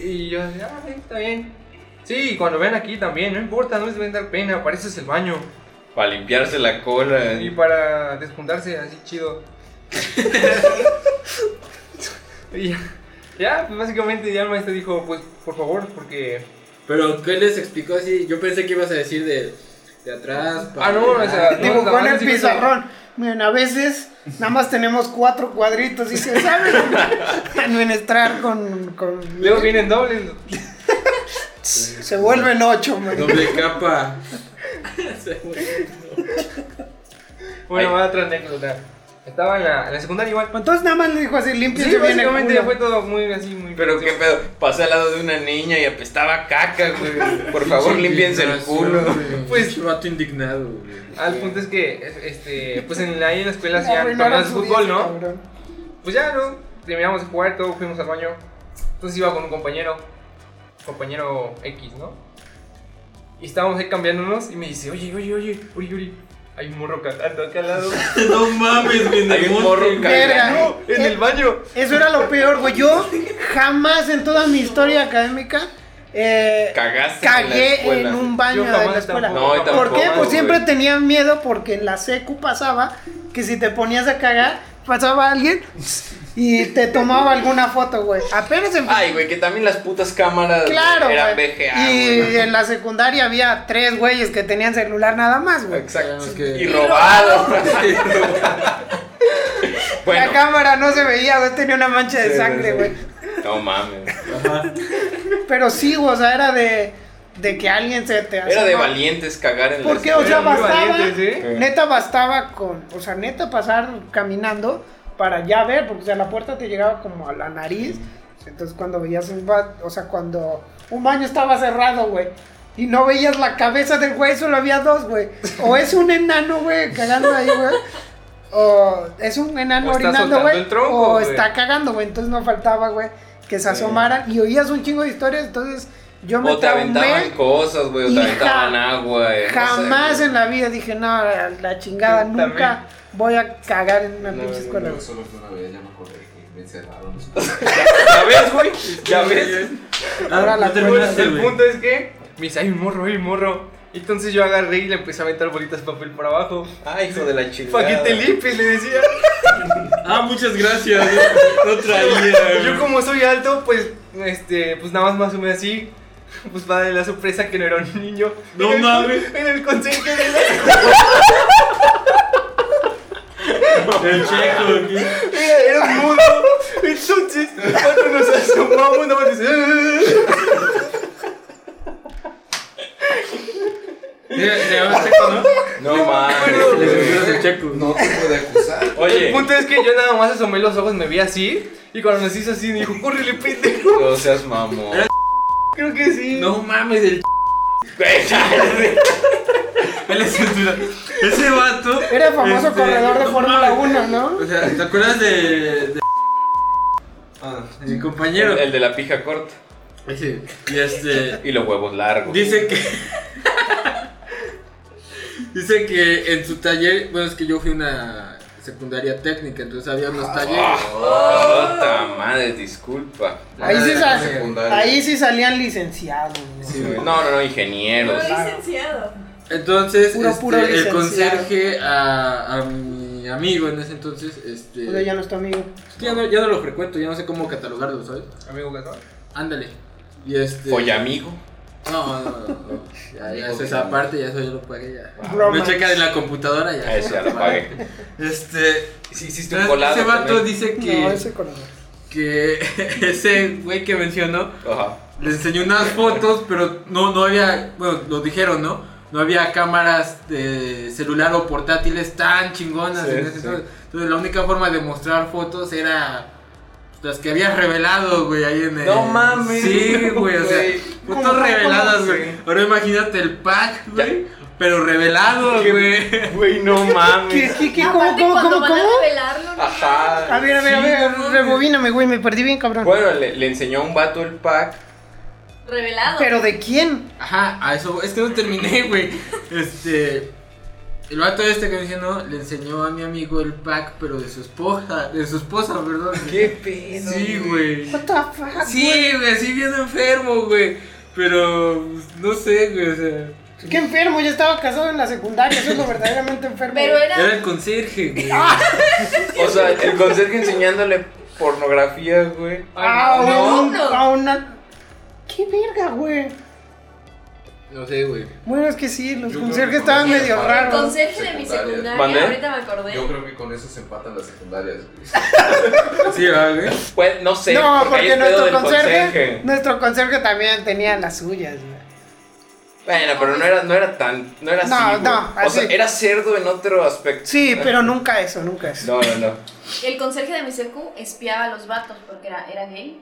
Speaker 2: Y yo, ah, sí, está bien. Sí, y cuando ven aquí también, no importa, no les deben dar pena, para eso es el baño.
Speaker 6: Para limpiarse la cola.
Speaker 2: Y para despuntarse así chido. y ya, ya, pues básicamente ya el maestro dijo, pues por favor, porque...
Speaker 5: Pero, ¿qué les explicó así? Yo pensé que ibas a decir de, de atrás.
Speaker 2: Ah, no, o sea, no,
Speaker 8: Dibujó en el
Speaker 2: sí, sí, sí.
Speaker 8: pizarrón. Miren, a veces nada más tenemos cuatro cuadritos y se saben administrar con. con-
Speaker 2: Luego vienen dobles.
Speaker 8: se vuelven ocho, man.
Speaker 5: Doble capa.
Speaker 2: Bueno, va otra anécdota. Estaba en la, en la secundaria igual.
Speaker 8: Entonces nada más le dijo así, límpiense
Speaker 2: Sí,
Speaker 8: bien el
Speaker 2: básicamente
Speaker 8: culo.
Speaker 2: fue todo muy así, muy
Speaker 6: Pero qué
Speaker 2: intenso.
Speaker 6: pedo, pasé al lado de una niña y apestaba caca, güey. Por favor, limpiense el culo.
Speaker 5: Pues,
Speaker 2: Pues- Ah.
Speaker 5: rato indignado, güey.
Speaker 2: Al punto es que, es- este, pues en, ahí en la escuela
Speaker 8: Le
Speaker 2: hacían
Speaker 8: arruinaron
Speaker 2: torneos de
Speaker 8: su
Speaker 2: fútbol,
Speaker 8: día,
Speaker 2: ¿no?
Speaker 8: cabrón.
Speaker 2: Pues ya, ¿no? Terminamos de jugar, todo, fuimos al baño. Entonces iba con un compañero, compañero X, ¿no? Y estábamos ahí cambiándonos y me dice, oye, oye, oye, Uri, Uri, hay un morro cantando acá al lado.
Speaker 5: No mames, güey. en
Speaker 6: Hay
Speaker 5: el
Speaker 6: un morro
Speaker 5: monte, güey.
Speaker 8: Verga.
Speaker 2: No, en el baño.
Speaker 8: Eso era lo peor, güey. Yo jamás en toda mi historia académica eh,
Speaker 6: Cagaste en la
Speaker 8: cagué en,
Speaker 6: escuela.
Speaker 8: un baño
Speaker 2: Yo
Speaker 8: de
Speaker 2: jamás
Speaker 8: la escuela.
Speaker 6: No,
Speaker 2: tampoco.
Speaker 6: y
Speaker 8: ¿Por qué?
Speaker 6: tampoco,
Speaker 8: Pues
Speaker 6: güey.
Speaker 8: siempre tenía miedo porque en la secu pasaba que si te ponías a cagar, pasaba alguien y te tomaba alguna foto, güey. Apenas empecé.
Speaker 6: Ay, güey, que también las putas cámaras
Speaker 8: Claro,
Speaker 6: eran
Speaker 8: güey.
Speaker 6: VGA.
Speaker 8: Y
Speaker 6: güey.
Speaker 8: en la secundaria había tres güeyes que tenían celular nada más, güey.
Speaker 6: Exacto.
Speaker 5: Sabemos que-
Speaker 6: Y robado.
Speaker 8: La
Speaker 6: bueno,
Speaker 8: cámara no se veía, güey, tenía una mancha de
Speaker 6: Sí,
Speaker 8: sangre,
Speaker 6: sí, sí.
Speaker 8: güey.
Speaker 6: no mames.
Speaker 5: Ajá.
Speaker 8: Pero sí, güey, o sea, era de, de que alguien se te
Speaker 6: Era de
Speaker 8: asoma.
Speaker 6: valientes cagar en la
Speaker 8: ¿Por qué? O
Speaker 6: escuela.
Speaker 8: sea,
Speaker 2: Eran muy
Speaker 8: bastaba.
Speaker 2: valientes, ¿eh?
Speaker 8: Neta bastaba con. O sea, neta pasar caminando para ya ver, porque o sea, la puerta te llegaba como a la nariz. Entonces, cuando veías un baño. O sea, cuando un baño estaba cerrado, güey. Y no veías la cabeza del güey, solo había dos, güey. O es un enano, güey, cagando ahí, güey. O es un enano
Speaker 2: O está
Speaker 8: orinando,
Speaker 2: soltando
Speaker 8: güey.
Speaker 2: el tronco,
Speaker 8: O
Speaker 2: güey.
Speaker 8: está cagando, güey. Entonces no faltaba, güey, que se asomaran. Y oías un chingo de historias. Entonces yo me
Speaker 6: O te aventaban
Speaker 8: traumé.
Speaker 6: cosas, güey, o
Speaker 8: Y
Speaker 6: te aventaban
Speaker 8: ja-
Speaker 6: agua. güey, no sé,
Speaker 8: Jamás
Speaker 6: güey.
Speaker 8: en la vida dije, no, la, la chingada,
Speaker 2: Yo
Speaker 8: nunca voy a cagar en una
Speaker 2: No,
Speaker 8: pinche
Speaker 2: no,
Speaker 8: escuela.
Speaker 10: Yo
Speaker 8: güey.
Speaker 10: solo fue una vez, ya me acordé que me encerraron.
Speaker 6: ¿Ya ves, güey? ¿Ya ves?
Speaker 8: Ahora
Speaker 5: Ah,
Speaker 8: la
Speaker 2: Bueno,
Speaker 5: no terminaste,
Speaker 2: el
Speaker 5: güey.
Speaker 2: punto es que me dice, hay un morro, hay un morro. Entonces yo agarré y le empecé a aventar bolitas de papel por abajo.
Speaker 6: Ay, Ah, hijo de la chingada.
Speaker 2: Para que te limpies, le decía.
Speaker 5: Ah, muchas gracias. No traía.
Speaker 2: Pues Yo como soy alto, pues, este, pues nada más más o menos así. Pues para darle la sorpresa que no era un niño.
Speaker 5: No
Speaker 2: En el-
Speaker 5: mames.
Speaker 2: En el consejo de la...
Speaker 5: El checo, güey.
Speaker 2: Era, era un mudo. Entonces, cuando nos asomamos, nada más dice... "Ah".
Speaker 5: Mira, se llama checo, ¿no?
Speaker 6: No
Speaker 2: acuerdo,
Speaker 5: Le
Speaker 6: mames.
Speaker 5: pusieron el checo.
Speaker 10: No te pude acusar.
Speaker 2: El
Speaker 6: Oye,
Speaker 2: punto es que yo nada más asomé los ojos, me vi así. Y cuando nos hizo así, me dijo, córrele, pendejo.
Speaker 6: no seas mamón.
Speaker 2: Creo que sí.
Speaker 5: No mames, el
Speaker 6: Güey, cállate.
Speaker 5: Él es cintura. Ese vato.
Speaker 8: Era el famoso
Speaker 5: este,
Speaker 8: corredor de
Speaker 5: no
Speaker 8: Fórmula
Speaker 5: mames.
Speaker 8: 1, ¿no?
Speaker 5: O sea, ¿te acuerdas de. de- de mi compañero?
Speaker 6: El, el de la pija corta
Speaker 5: Ese. Y este.
Speaker 6: y los huevos largos.
Speaker 5: Dice que. dice que en su taller. Bueno, es que yo fui a una secundaria técnica, entonces había unos talleres.
Speaker 6: Puta madre, disculpa.
Speaker 8: Ahí sí,
Speaker 5: Ah,
Speaker 8: sal-
Speaker 10: secundaria.
Speaker 8: ahí sí salían licenciados, güey.
Speaker 5: Sí, güey.
Speaker 6: No, no, no, ingenieros.
Speaker 7: licenciado.
Speaker 5: Entonces,
Speaker 8: Puro,
Speaker 5: este,
Speaker 8: puro
Speaker 5: el
Speaker 8: licenciado.
Speaker 5: conserje a, a mi amigo en ese entonces, este.
Speaker 8: O sea, ya no es tu amigo.
Speaker 5: ya no, ya no lo frecuento, ya no sé cómo catalogarlo, ¿sabes?
Speaker 2: Amigo Gaspar.
Speaker 5: Ándale. Y este.
Speaker 6: Follamigo.
Speaker 5: No, no, no. no. Ya, ya eso es aparte, ya eso yo lo pagué ya. Me
Speaker 8: Bromance.
Speaker 5: checa de la computadora ya.
Speaker 6: A Ah, ese ya lo pagué.
Speaker 5: Este.
Speaker 6: Si hiciste un
Speaker 5: Ese
Speaker 6: colado.
Speaker 5: vato
Speaker 6: también.
Speaker 5: dice que,
Speaker 8: No, ese corredor.
Speaker 5: que ese güey que mencionó
Speaker 6: Ajá.
Speaker 5: les enseñó unas fotos, pero no, no había, bueno, lo dijeron, ¿no? No había cámaras de celular o portátiles tan chingonas.
Speaker 6: Sí,
Speaker 5: en ese
Speaker 6: sí.
Speaker 5: entonces. Entonces la única forma de mostrar fotos era las que habías revelado, güey, ahí en el...
Speaker 6: No mames.
Speaker 5: Sí, güey, o sea,
Speaker 6: Güey.
Speaker 5: fotos
Speaker 8: ¿Cómo,
Speaker 5: reveladas,
Speaker 8: cómo,
Speaker 5: güey.
Speaker 8: güey?
Speaker 5: Ahora imagínate el pack, güey, pero revelado,
Speaker 6: Qué-
Speaker 5: güey.
Speaker 6: Güey, no
Speaker 8: ¿Qué,
Speaker 2: Pues,
Speaker 6: mames.
Speaker 8: qué, qué? ¿Cómo,
Speaker 7: Aparte,
Speaker 8: cómo,
Speaker 7: cuando
Speaker 8: cómo,
Speaker 7: van
Speaker 8: cómo?
Speaker 7: a revelarlo, no
Speaker 6: Ajá.
Speaker 8: A ver, a ver, a
Speaker 5: Sí,
Speaker 8: ver,
Speaker 5: no,
Speaker 8: rebobíname, güey, me perdí bien, cabrón.
Speaker 6: Bueno, le, le enseñó a un vato el pack.
Speaker 7: revelado.
Speaker 8: ¿Pero de quién?
Speaker 5: Ajá, a eso, es que no terminé, güey. Este. El vato este que mencionó le enseñó a mi amigo el pack, pero de su esposa, de su esposa, perdón.
Speaker 6: pedo?
Speaker 5: Sí, güey.
Speaker 8: What the fuck?
Speaker 5: Sí, güey, así bien enfermo, güey. Pero, pues, no sé, güey, o sea.
Speaker 8: Qué enfermo, yo estaba casado en la secundaria, eso es lo verdaderamente enfermo.
Speaker 7: Pero
Speaker 8: güey.
Speaker 7: era.
Speaker 5: Era el conserje, güey.
Speaker 8: Ah.
Speaker 6: O sea, el conserje enseñándole pornografía, güey.
Speaker 8: Ah,
Speaker 7: no.
Speaker 8: un- a una... ¿Qué verga, güey?
Speaker 5: No sé, güey.
Speaker 8: Bueno, es que sí, los
Speaker 10: Yo creo
Speaker 8: conserjes
Speaker 10: que
Speaker 8: estaban
Speaker 10: conozco
Speaker 8: medio
Speaker 10: a
Speaker 7: el
Speaker 10: Pablo.
Speaker 8: raros.
Speaker 7: conserje de mi
Speaker 10: Secundaria.
Speaker 7: secundaria,
Speaker 6: ¿Mande?
Speaker 7: ahorita me acordé.
Speaker 10: Yo creo que con eso se empatan las secundarias. güey.
Speaker 5: Sí, va, güey.
Speaker 6: Pues no sé,
Speaker 8: No,
Speaker 6: ahí
Speaker 8: porque
Speaker 6: es pedo
Speaker 8: nuestro
Speaker 6: del
Speaker 8: conserje, nuestro conserje también tenía las suyas, güey.
Speaker 6: Bueno, pero no era, no era tan, no era
Speaker 8: No,
Speaker 6: así, güey.
Speaker 8: no,
Speaker 6: O sea,
Speaker 8: así.
Speaker 6: era cerdo en otro aspecto.
Speaker 8: Sí, pero nunca eso, nunca eso.
Speaker 6: No, no, no.
Speaker 7: El conserje de mi secu espiaba a los vatos porque era, era gay.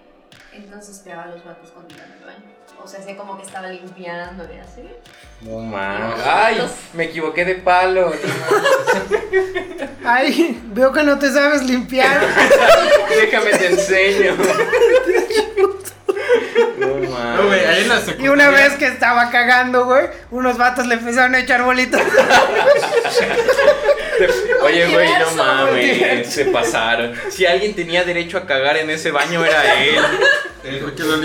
Speaker 7: Entonces espiaba a los vatos cuando iban al baño. O sea, hacía como que estaba limpiando y así.
Speaker 6: No mames. Ay, me equivoqué de palo.
Speaker 8: Ay, veo que no te sabes limpiar.
Speaker 6: Déjame te enseño. No mames.
Speaker 5: No, güey, ahí en la la
Speaker 8: Y una
Speaker 5: secundaria-
Speaker 8: vez que estaba cagando, güey, unos vatos le empezaron a echar bolitas.
Speaker 6: Oye, güey, no
Speaker 7: Multiverso,
Speaker 6: mames, se pasaron. Si alguien tenía derecho a cagar en ese baño era él.
Speaker 5: Porque lo
Speaker 8: Por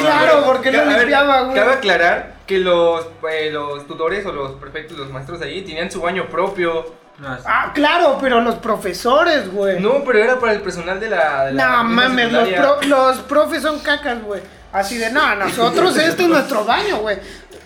Speaker 8: claro, porque
Speaker 2: Ca-
Speaker 8: no
Speaker 2: a ver,
Speaker 8: limpiaba, güey.
Speaker 2: Cabe aclarar que los, eh, los tutores o los prefectos, los maestros allí tenían su baño propio.
Speaker 5: No, sí.
Speaker 8: Ah, claro, pero los profesores, güey. No,
Speaker 2: No, pero era para el personal de la. de la misma
Speaker 8: mames, los,
Speaker 2: secundaria.
Speaker 8: pro- los profes son cacas, güey. Así de, no, nosotros, este es nuestro baño, güey.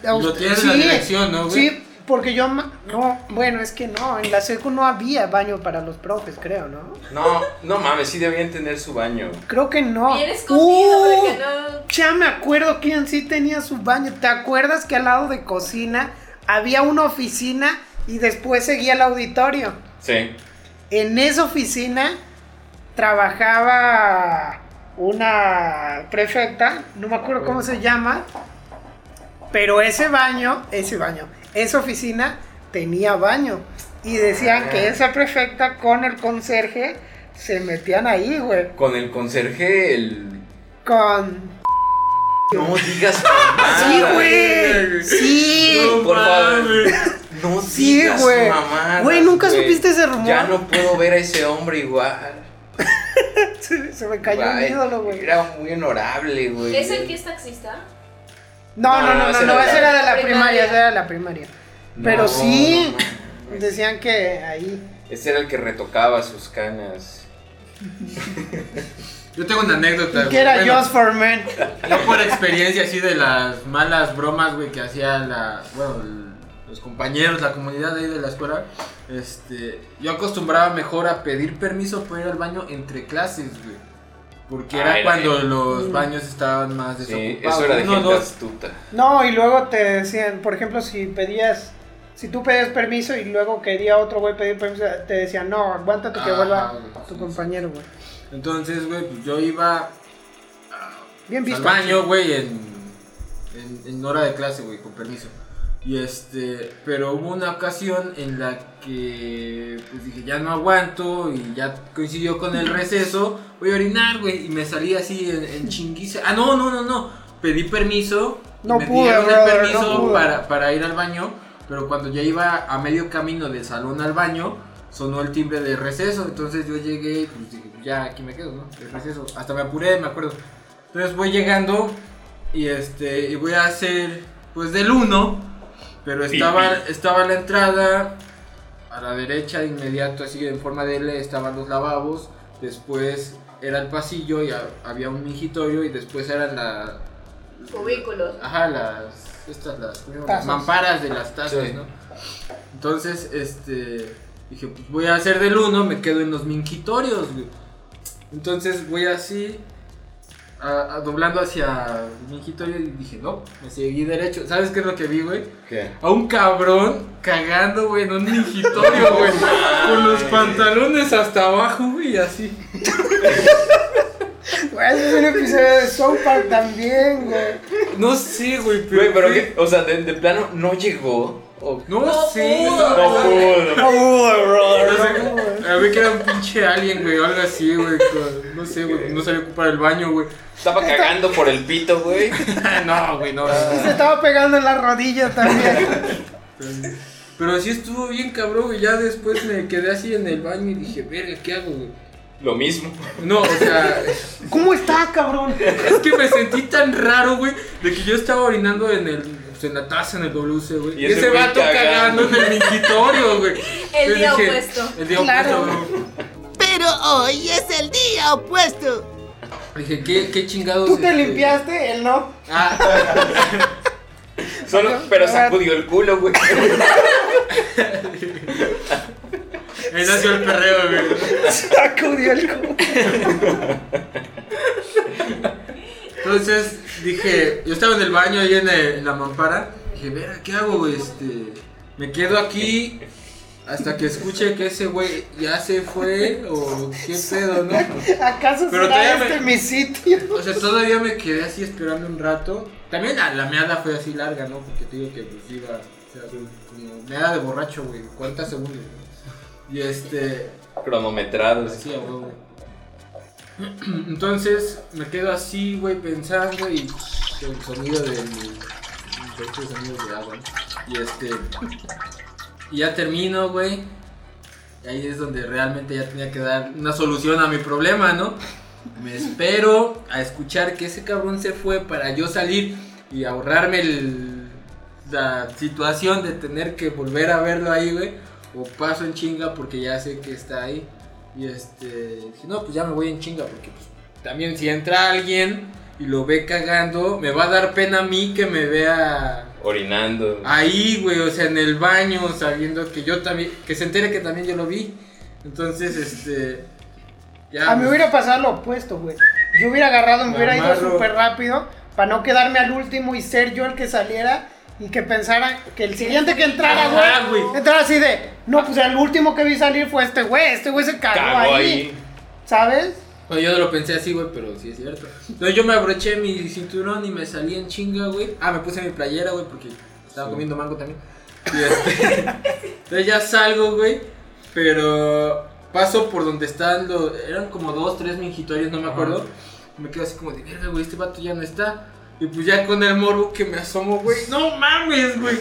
Speaker 8: A
Speaker 5: Lo
Speaker 8: usted-
Speaker 5: tienes en la dirección, ¿no, güey?
Speaker 8: Sí, porque yo, ma- no, bueno, es que no, en la secu no había baño para los profes, creo, ¿no?
Speaker 6: No, no mames, sí debían tener su baño.
Speaker 8: Creo que no.
Speaker 7: Bien escondido
Speaker 8: Ah. Uh,
Speaker 7: porque no.
Speaker 8: Ya me acuerdo quién sí tenía su baño. ¿Te acuerdas que al lado de cocina había una oficina y después seguía el auditorio?
Speaker 6: Sí.
Speaker 8: En esa oficina trabajaba una prefecta, no me acuerdo cómo se llama, pero ese baño, ese baño, esa oficina tenía baño. Y decían que esa prefecta con el conserje se metían ahí, güey.
Speaker 6: Con el conserje, el.
Speaker 8: Con...
Speaker 6: No digas.
Speaker 8: Sí,
Speaker 6: mamadas.
Speaker 8: Ah, güey. Sí.
Speaker 5: No
Speaker 6: Por favor.
Speaker 5: mames.
Speaker 6: No
Speaker 8: Sí,
Speaker 6: digas
Speaker 8: güey.
Speaker 6: mamadas,
Speaker 8: Güey, ¿nunca supiste ese rumor?
Speaker 6: Ya no puedo ver a ese hombre igual.
Speaker 8: Se, se me cayó un
Speaker 6: Ay,
Speaker 8: ídolo, güey.
Speaker 6: Era muy honorable, güey.
Speaker 7: ¿Es el que es taxista?
Speaker 8: No, no, no, no,
Speaker 6: ese
Speaker 8: no,
Speaker 6: era
Speaker 8: esa
Speaker 6: de
Speaker 8: era
Speaker 6: la
Speaker 8: de la primaria,
Speaker 7: primaria.
Speaker 8: esa era de la primaria.
Speaker 6: No,
Speaker 8: Pero sí,
Speaker 6: no, no.
Speaker 8: decían que ahí.
Speaker 6: Ese era el que retocaba sus canas.
Speaker 5: Yo tengo una anécdota. güey.
Speaker 8: Que era
Speaker 5: Bueno,
Speaker 8: Just for Men.
Speaker 5: Yo por experiencia así de las malas bromas, güey, que hacía la, bueno, el- los compañeros, la comunidad ahí de la escuela, este, yo acostumbraba mejor a pedir permiso para ir al baño entre clases, güey. Porque
Speaker 6: Ah,
Speaker 5: era
Speaker 6: era
Speaker 5: cuando
Speaker 6: así.
Speaker 5: los baños estaban más
Speaker 6: Sí,
Speaker 5: desocupados.
Speaker 6: eso era de
Speaker 5: Uno,
Speaker 6: gente
Speaker 5: dos,
Speaker 6: astuta.
Speaker 8: No, y luego te decían, por ejemplo, si pedías. Si tú pedías permiso y luego quería otro güey pedir permiso, te decían, no, aguántate que
Speaker 5: Ah,
Speaker 8: vuelva
Speaker 5: güey,
Speaker 8: tu
Speaker 5: sí,
Speaker 8: compañero, güey.
Speaker 5: Entonces, güey, pues yo iba
Speaker 8: Bien
Speaker 5: al
Speaker 8: visto.
Speaker 5: baño, güey, en, en, en hora de clase, güey, con permiso. Y este, pero hubo una ocasión en la que pues dije, ya no aguanto y ya coincidió con el receso, voy a orinar, güey, y me salí así en, en chinguiza. Ah, no, no, no, no, pedí permiso. y
Speaker 8: No
Speaker 5: me
Speaker 8: pude,
Speaker 5: dieron el
Speaker 8: brother,
Speaker 5: permiso
Speaker 8: no pude.
Speaker 5: Para, para ir al baño, pero cuando ya iba a medio camino del salón al baño, sonó el timbre de receso, entonces yo llegué y pues dije, ya aquí me quedo, ¿no? De receso, hasta me apuré, me acuerdo. Entonces voy llegando y este y voy a hacer pues del 1, pero estaba estaba la entrada a la derecha de inmediato así en forma de L estaban los lavabos, después era el pasillo y ha- había un mingitorio y después eran la
Speaker 7: Cubículos.
Speaker 5: Ajá, las estas las, ¿cómo se llaman?
Speaker 8: Tazas.
Speaker 5: mamparas de las tazas,
Speaker 6: Sí.
Speaker 5: ¿no? Entonces, este dije, pues voy a hacer del 1, me quedo en los mingitorios, güey. Entonces voy así, a- a- doblando hacia el mingitorio y dije, no, me seguí derecho. ¿Sabes qué es lo que vi, güey?
Speaker 6: ¿Qué?
Speaker 5: A un cabrón cagando, güey, en un mingitorio, güey. con los pantalones hasta abajo, güey, y así.
Speaker 8: Güey, ese es un episodio de South Park también, güey.
Speaker 5: No sé, güey, pero.
Speaker 6: Güey, pero que, o sea, de, de plano no llegó. o-
Speaker 5: No,
Speaker 7: No
Speaker 5: sé.
Speaker 7: pudo.
Speaker 5: güey.
Speaker 6: No pudo.
Speaker 5: A ver que era un pinche alien, güey, o algo así, güey. con- No sé, güey, no sabía ocupar el baño, güey.
Speaker 6: Estaba cagando por el pito, güey.
Speaker 5: No, güey, no.
Speaker 8: Y se estaba pegando en la rodilla también.
Speaker 5: Pero sí estuvo bien cabrón, güey. Ya después me quedé así en el baño y dije, verga, ¿qué hago, güey?
Speaker 6: Lo mismo.
Speaker 5: No, o sea,
Speaker 8: ¿Cómo está, cabrón?
Speaker 5: es que me sentí tan raro, güey, de que yo estaba orinando en el pues, en la taza, en el WC, güey.
Speaker 6: Y
Speaker 5: Y
Speaker 6: ese
Speaker 5: ese
Speaker 6: güey
Speaker 5: vato
Speaker 6: cagando.
Speaker 5: cagando en el mingitorio, güey.
Speaker 7: El
Speaker 5: Yo
Speaker 7: día
Speaker 5: dije,
Speaker 7: opuesto.
Speaker 5: El día
Speaker 8: Claro.
Speaker 5: opuesto, güey.
Speaker 1: Pero hoy es el día opuesto.
Speaker 5: Dije, ¿qué, qué chingados?
Speaker 8: ¿Tú te
Speaker 5: este?
Speaker 8: limpiaste? Él no.
Speaker 5: Ah,
Speaker 6: Solo, pero sacudió el culo, güey.
Speaker 5: él nació el perreo, güey.
Speaker 8: Sacudió el culo.
Speaker 5: Entonces dije, yo estaba en el baño ahí en, el- en la mampara. Dije, verá, ¿qué hago? güey? Este, me quedo aquí hasta que escuche que ese güey ya se fue o qué pedo, ¿no?
Speaker 8: ¿Acaso
Speaker 5: Pero
Speaker 8: será
Speaker 5: todavía me-
Speaker 8: este mi sitio?
Speaker 5: O sea, todavía me quedé así esperando un rato. También la, la meada fue así larga, ¿no? Porque te digo que pues iba, o sea, como meada de borracho, güey, 40 segundos. ¿no? Y este,
Speaker 6: Cronometrados.
Speaker 5: Sí, a huevo. Entonces me quedo así, güey, pensando y el sonido del, de estos sonidos de agua. Y este. Y ya termino, güey. Y ahí es donde realmente ya tenía que dar una solución a mi problema, ¿no? Me espero a escuchar que ese cabrón se fue para yo salir y ahorrarme el- la situación de tener que volver a verlo ahí, güey. O paso en chinga porque ya sé que está ahí. Y este, dije, no, pues ya me voy en chinga porque pues, también si entra alguien y lo ve cagando, me va a dar pena a mí que me vea
Speaker 6: Orinando.
Speaker 8: Ah,
Speaker 5: ahí, güey, o sea, en el baño, sabiendo que yo también, que se entere que también yo lo vi. Entonces, este, ya. pues,
Speaker 8: A mí hubiera pasado lo opuesto, güey. Yo hubiera agarrado, me,
Speaker 5: Me
Speaker 8: hubiera
Speaker 5: amarro.
Speaker 8: ido súper rápido para no quedarme al último y ser yo el que saliera y que pensara que el siguiente que entrara,
Speaker 5: Ajá,
Speaker 8: güey,
Speaker 5: güey.
Speaker 8: entrara así de, no, pues el último que vi salir fue este güey, este güey se cagó,
Speaker 6: Cagó
Speaker 8: ahí,
Speaker 6: ahí.
Speaker 8: ¿sabes?
Speaker 5: No, yo no lo pensé así, güey, pero sí es cierto. Entonces yo me abroché mi cinturón y me salí en chinga, güey. Ah, me puse mi playera, güey, porque estaba comiendo mango también. Y este, entonces ya salgo, güey, pero paso por donde están los... Eran como dos, tres mingitorios, no me acuerdo. Me quedo así como de, verga, güey, este vato ya no está. Y pues ya con el morbo que me asomo, güey. No mames, güey.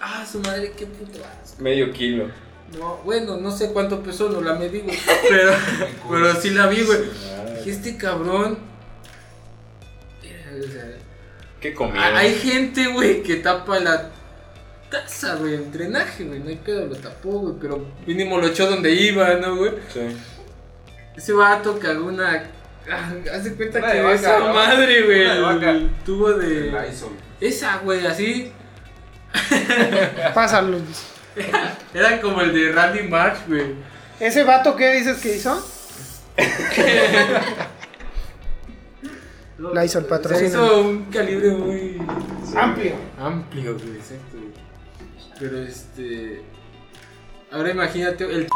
Speaker 5: Ah, su madre, qué puto asco.
Speaker 6: Medio kilo.
Speaker 5: No, bueno, no sé cuánto pesó, no la medí, güey. Pero, pero sí la vi, güey. Dije, este cabrón. Era, o sea,
Speaker 6: ¿Qué
Speaker 5: a-
Speaker 6: comieron?
Speaker 5: hay gente, güey, que tapa la taza, güey, el drenaje, güey. No hay pedo, lo tapó, güey. Pero mínimo lo echó donde iba, ¿no, güey?
Speaker 6: Sí.
Speaker 5: Ese vato cagó una. ah, Haz de cuenta
Speaker 2: Una
Speaker 5: que
Speaker 2: de vaca,
Speaker 5: esa
Speaker 2: ¿no?
Speaker 5: madre, güey.
Speaker 2: Una de vaca.
Speaker 5: El tubo de.
Speaker 11: El Lysol.
Speaker 5: Esa, güey, así.
Speaker 8: Pásalo.
Speaker 5: Era como el de Randy Marsh, güey.
Speaker 8: ¿Ese vato qué dices que hizo? La hizo el
Speaker 5: Se
Speaker 8: patrocinio.
Speaker 5: hizo un calibre muy.
Speaker 8: Amplio.
Speaker 5: Amplio, güey, exacto, güey. Pero este. Ahora imagínate el.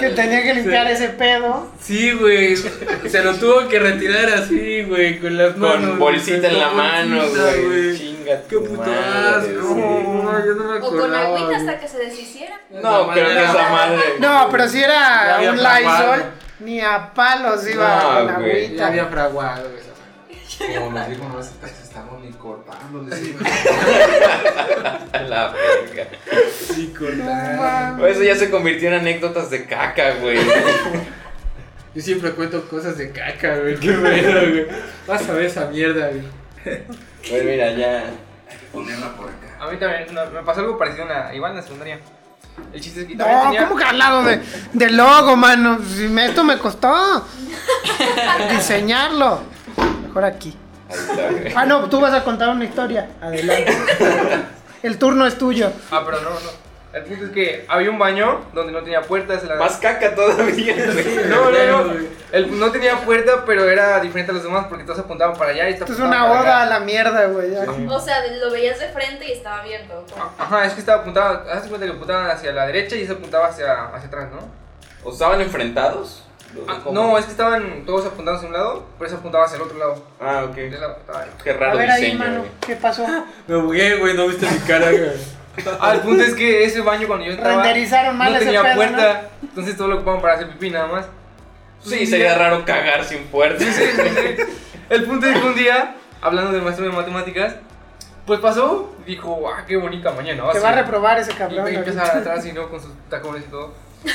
Speaker 8: Que tenía que limpiar ese pedo.
Speaker 5: Sí, güey. Se lo tuvo que retirar así, güey, con las manos.
Speaker 6: Con
Speaker 5: güey,
Speaker 6: bolsita en la
Speaker 5: con
Speaker 6: mano,
Speaker 5: bolsita,
Speaker 6: güey. Chinga
Speaker 5: Qué
Speaker 6: tu
Speaker 5: puto
Speaker 6: madre,
Speaker 5: asco.
Speaker 6: sí.
Speaker 5: No, yo no me
Speaker 7: O con
Speaker 5: acordaba.
Speaker 7: agüita
Speaker 5: güey.
Speaker 7: hasta que se deshiciera.
Speaker 6: No, creo que esa madre.
Speaker 8: No, pero si
Speaker 5: Ya
Speaker 8: era
Speaker 5: había
Speaker 8: un
Speaker 5: fraguado.
Speaker 8: Lysol, ni a palos iba
Speaker 6: No,
Speaker 8: con la
Speaker 6: güey.
Speaker 5: Ya
Speaker 8: agüita.
Speaker 5: había fraguado, güey. esa madre.
Speaker 11: Como nos dijo Rosita, se estaban ni cortando. les digo.
Speaker 6: A la verga.
Speaker 5: Sí,
Speaker 8: No
Speaker 5: corta.
Speaker 8: mames.
Speaker 6: Eso ya se convirtió en anécdotas de caca, güey.
Speaker 5: Yo siempre cuento cosas de caca, güey. Qué bueno, güey. Vas a ver esa mierda, güey.
Speaker 6: Pues mira, ya.
Speaker 11: Ponerla por acá.
Speaker 2: A mí también no, me pasó algo parecido en la, igual en la secundaria. El chiste es que también
Speaker 8: No,
Speaker 2: tenía...
Speaker 8: ¿cómo que al lado de, de logo, mano? Si me- Esto me costó diseñarlo. Mejor aquí.
Speaker 6: Ahí está, güey.
Speaker 8: Ah, no, tú vas a contar una historia. Adelante. El turno es tuyo.
Speaker 2: Ah, pero no, no. El punto es que había un baño donde no tenía puertas. La...
Speaker 6: Más caca todavía, güey.
Speaker 2: No, no, no. El- no tenía puerta, pero era diferente a los demás porque todos apuntaban para allá y
Speaker 8: Esto
Speaker 2: todos
Speaker 8: es una
Speaker 2: apuntaban para
Speaker 8: boda a
Speaker 2: acá.
Speaker 8: la mierda, güey. ya.
Speaker 7: O sea, de- lo veías de frente y estaba abierto.
Speaker 8: Ah.
Speaker 7: como-
Speaker 2: Ajá, es que estaba apuntado, hazte cuenta que apuntaban hacia la derecha y se apuntaba hacia, hacia atrás, ¿no?
Speaker 6: ¿O estaban enfrentados? ¿Los
Speaker 2: Ah,
Speaker 6: cómo?
Speaker 2: no, es que estaban todos apuntando hacia un lado, pero se apuntaba hacia el otro lado.
Speaker 6: Ah, ok.
Speaker 2: Yo la apuntaba ahí.
Speaker 6: Qué
Speaker 8: A
Speaker 6: raro
Speaker 8: ver ahí,
Speaker 6: diseño,
Speaker 8: mano,
Speaker 6: güey.
Speaker 8: ¿qué pasó?
Speaker 5: Me bugué, güey. No viste mi cara, güey.
Speaker 2: Ah, el punto es que ese baño cuando yo estaba
Speaker 8: Renderizaron mal
Speaker 2: no
Speaker 8: ese
Speaker 2: tenía
Speaker 8: pedo,
Speaker 2: puerta, entonces todo lo ocupaban para hacer pipí nada más.
Speaker 6: Sí, sería raro cagar sin puertas.
Speaker 2: El punto es que un día, hablando del maestro de matemáticas, pues pasó, dijo, ah, qué bonita mañana.
Speaker 8: Te
Speaker 2: a
Speaker 8: va a
Speaker 2: ser".
Speaker 8: reprobar ese
Speaker 2: Y
Speaker 8: cabrón.
Speaker 2: me empieza
Speaker 8: ahorita.
Speaker 2: atrás y no con sus tacones y todo.